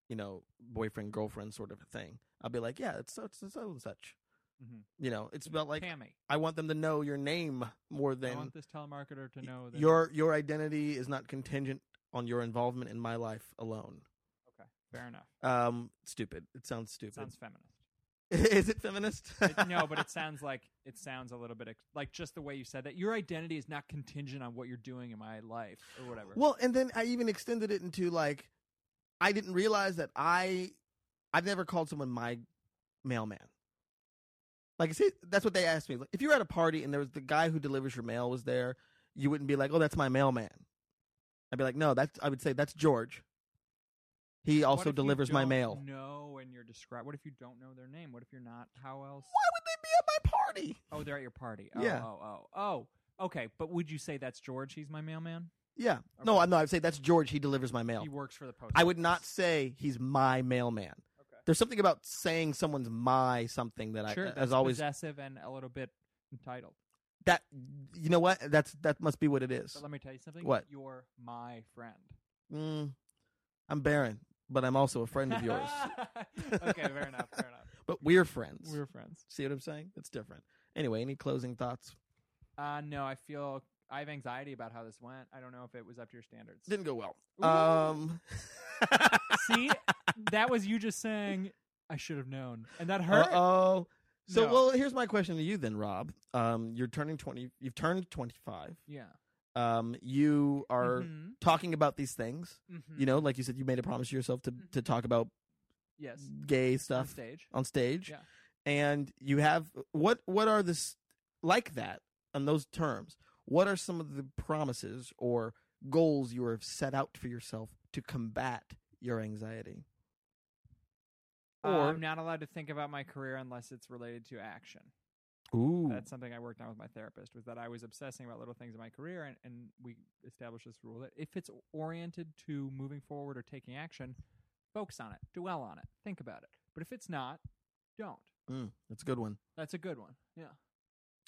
S1: you know boyfriend girlfriend sort of a thing i'll be like yeah it's so it's so and such
S3: Mhm.
S1: you know it's about like
S3: Tammy.
S1: i want them to know your name more than
S3: I want this telemarketer to know that
S1: your your identity is not contingent on your involvement in my life alone.
S3: Okay, fair enough.
S1: Um, stupid. It sounds stupid.
S3: It sounds feminist.
S1: is it feminist?
S3: It- no, but it sounds like it sounds a little bit ex- like just the way you said that. Your identity is not contingent on what you're doing in my life or whatever.
S1: well, and then I even extended it into like, I didn't realize that I, I've never called someone my mailman. Like, see, that's what they asked me. Like, if you were at a party and there was the guy who delivers your mail was there, you wouldn't be like, "Oh, that's my mailman." I'd be like, "No, that's." I would say, "That's George. He
S3: What
S1: also
S3: if you
S1: delivers my
S3: don't
S1: mail."
S3: Know and you're described. What if you don't know their name? What if you're not? How else?
S1: Why would they be at my party?
S3: Oh, they're at your party. Oh,
S1: Yeah.
S3: Oh, oh, oh. Okay, but would you say that's George? He's my mailman.
S1: Yeah. No,
S3: Okay.
S1: I'm not. I'd say that's George. He delivers my mail.
S3: He works for the post.
S1: I would not
S3: office.
S1: say he's my mailman.
S3: Okay.
S1: There's something about saying someone's my something that
S3: Sure,
S1: I
S3: that's
S1: as always
S3: possessive and a little bit entitled.
S1: that you know what that's that must be what it is.
S3: But let me tell you something.
S1: What?
S3: You're my friend.
S1: Mm, I'm Baron, but I'm also a friend of yours.
S3: okay, fair enough. Fair enough.
S1: But we're friends.
S3: We're friends.
S1: See what I'm saying? It's different. Anyway, any closing thoughts?
S3: Uh, no, I feel I have anxiety about how this went. I don't know if it was up to your standards.
S1: Didn't go well.
S3: Ooh.
S1: Um,
S3: See, that was you just saying I should have known, and that hurt.
S1: oh. So
S3: No.
S1: well, here's my question to you then, Rob. Um, you're turning twenty. You've turned twenty-five.
S3: Yeah.
S1: Um, you are
S3: Mhm.
S1: talking about these things.
S3: Mhm.
S1: you know like you said you made a promise to yourself to, to talk about
S3: yes.
S1: gay
S3: Mm-hmm. On
S1: stuff
S3: stage.
S1: on stage
S3: Yeah.
S1: and you have what what are this like that on those terms what are some of the promises or goals you have set out for yourself to combat your anxiety
S3: Uh,
S1: or-
S3: I'm not allowed to think about my career unless it's related to action.
S1: ooh
S3: That's something I worked on with my therapist was that I was obsessing about little things in my career, and, and we established this rule that if it's oriented to moving forward or taking action, focus on it, dwell on it, think about it. But if it's not, don't.
S1: Mm, that's a good one.
S3: That's a good one. Yeah,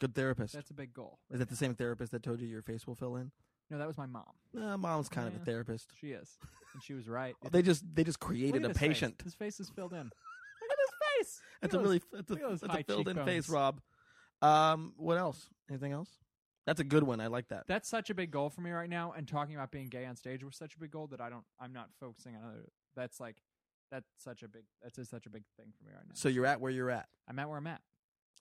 S1: Good therapist.
S3: that's a big goal.
S1: Is that the same therapist that told you your face will fill in?
S3: No, that was my mom.
S1: Nah, mom's kind of
S3: Yeah.
S1: a therapist.
S3: She is, and she was right.
S1: They just Oh, they just
S3: Look
S1: created
S3: at
S1: a
S3: his face.
S1: patient.
S3: His face is filled in. Look at his face.
S1: That's a
S3: Look at
S1: really
S3: those-
S1: that's a,
S3: look at those
S1: that's
S3: high
S1: a filled in face,
S3: cheekbones.
S1: Rob. Um, what else? Anything else? That's a good one. I like that.
S3: That's such a big goal for me right now. And talking about being gay on stage was such a big goal that I don't. I'm not focusing on other. That's like, that's such a big. That's just such a big thing for me right now.
S1: So you're at where you're at.
S3: I'm at where I'm at.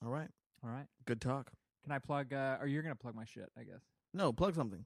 S1: All right.
S3: All right.
S1: Good talk.
S3: Can I plug? Uh, or you're gonna plug my shit, I guess.
S1: No, plug something.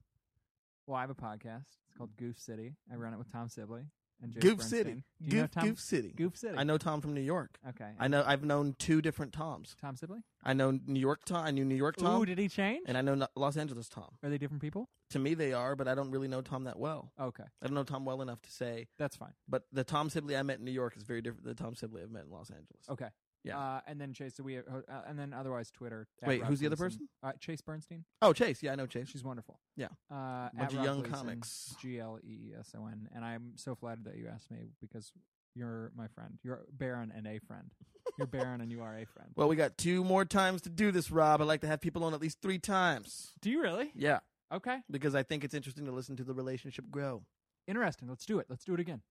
S3: Well, I have a podcast. It's called Goof City. I run it with Tom Sibley and Jared
S1: Goof
S3: Bernstein.
S1: City.
S3: Do you know
S1: Goof
S3: Tom?
S1: Goof City.
S3: Goof City.
S1: I know Tom from New York.
S3: Okay.
S1: I know I've known two different Toms.
S3: Tom Sibley.
S1: I know New York Tom. I knew New York Tom,
S3: Ooh, did he change?
S1: and I know N- Los Angeles Tom.
S3: Are they different people?
S1: To me, they are, but I don't really know Tom that well.
S3: Okay,
S1: I don't know Tom well enough to say.
S3: that's fine.
S1: But the Tom Sibley I met in New York is very different than the Tom Sibley I've met in Los Angeles.
S3: Okay.
S1: Yeah.
S3: Uh, and then Chase, so we, uh, and then otherwise Twitter. at
S1: Wait,
S3: Rob
S1: who's the other
S3: Gleason. Uh, Chase Bernstein.
S1: Oh, Chase. Yeah, I know Chase.
S3: She's wonderful.
S1: Yeah.
S3: Uh, at
S1: bunch of
S3: Rob
S1: young
S3: Gleason,
S1: comics.
S3: G L E E S O N. And I'm so flattered that you asked me because you're my friend. You're Baron and a friend. You're Baron and you are a friend.
S1: Well, we got two more times to do this, Rob. I'd like to have people on at least three times.
S3: Do you really?
S1: Yeah,
S3: Okay.
S1: because I think it's interesting to listen to the relationship grow.
S3: Interesting. Let's do it. Let's do it again.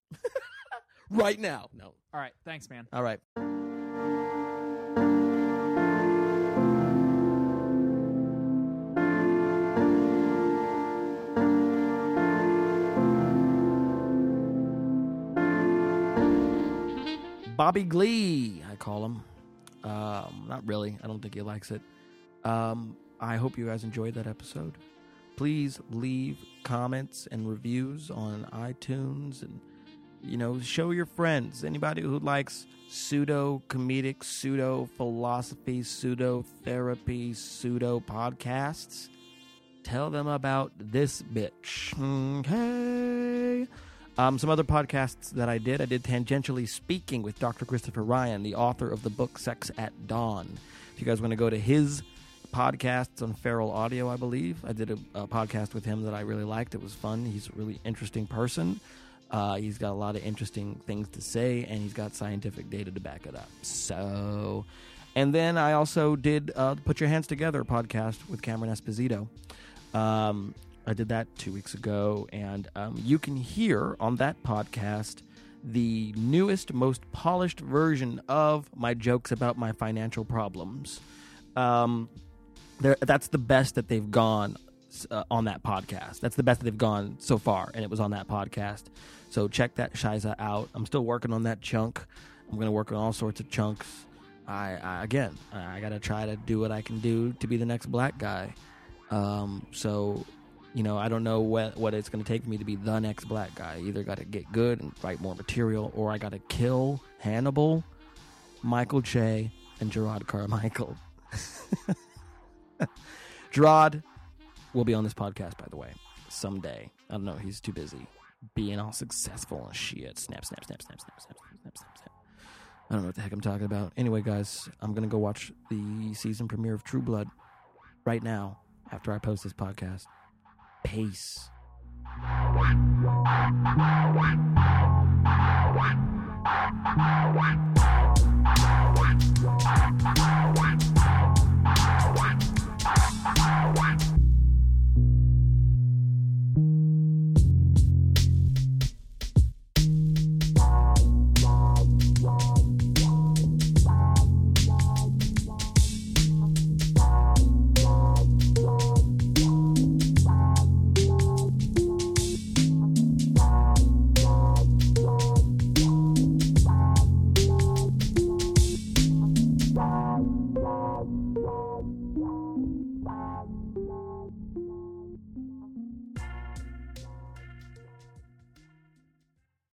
S1: Right now. No.
S3: All right. Thanks, man.
S1: All right. Bobby Glee, I call him. Um, not really. I don't think he likes it. Um, I hope you guys enjoyed that episode. Please leave comments and reviews on iTunes and you know, show your friends. Anybody who likes pseudo comedic, pseudo philosophy, pseudo therapy, pseudo podcasts, tell them about this bitch. Okay. Um, some other podcasts that I did I did Tangentially Speaking with Dr. Christopher Ryan, the author of the book Sex at Dawn. If you guys want to go to his podcasts on Feral Audio, I believe, I did a, a podcast with him that I really liked. It was fun. He's a really interesting person. Uh, he's got a lot of interesting things to say, and he's got scientific data to back it up. So, and then I also did uh, Put Your Hands Together podcast with Cameron Esposito. Um, I did that two weeks ago, and um, you can hear on that podcast the newest, most polished version of my jokes about my financial problems. Um, they're- that's the best that they've gone uh, on that podcast. That's the best that they've gone so far, and it was on that podcast. So check that Shiza out. I'm still working on that chunk. I'm going to work on all sorts of chunks. I, I again, I got to try to do what I can do to be the next black guy. Um, so, you know, I don't know what what it's going to take for me to be the next black guy. I either got to get good and write more material, or I got to kill Hannibal, Michael Che, and Gerard Carmichael. Gerard will be on this podcast, by the way, someday. I don't know. He's too busy being all successful and shit. Snap, snap, snap, snap, snap, snap, snap, snap, snap, snap. I don't know what the heck I'm talking about. Anyway, guys, I'm going to go watch the season premiere of True Blood right now after I post this podcast. Peace.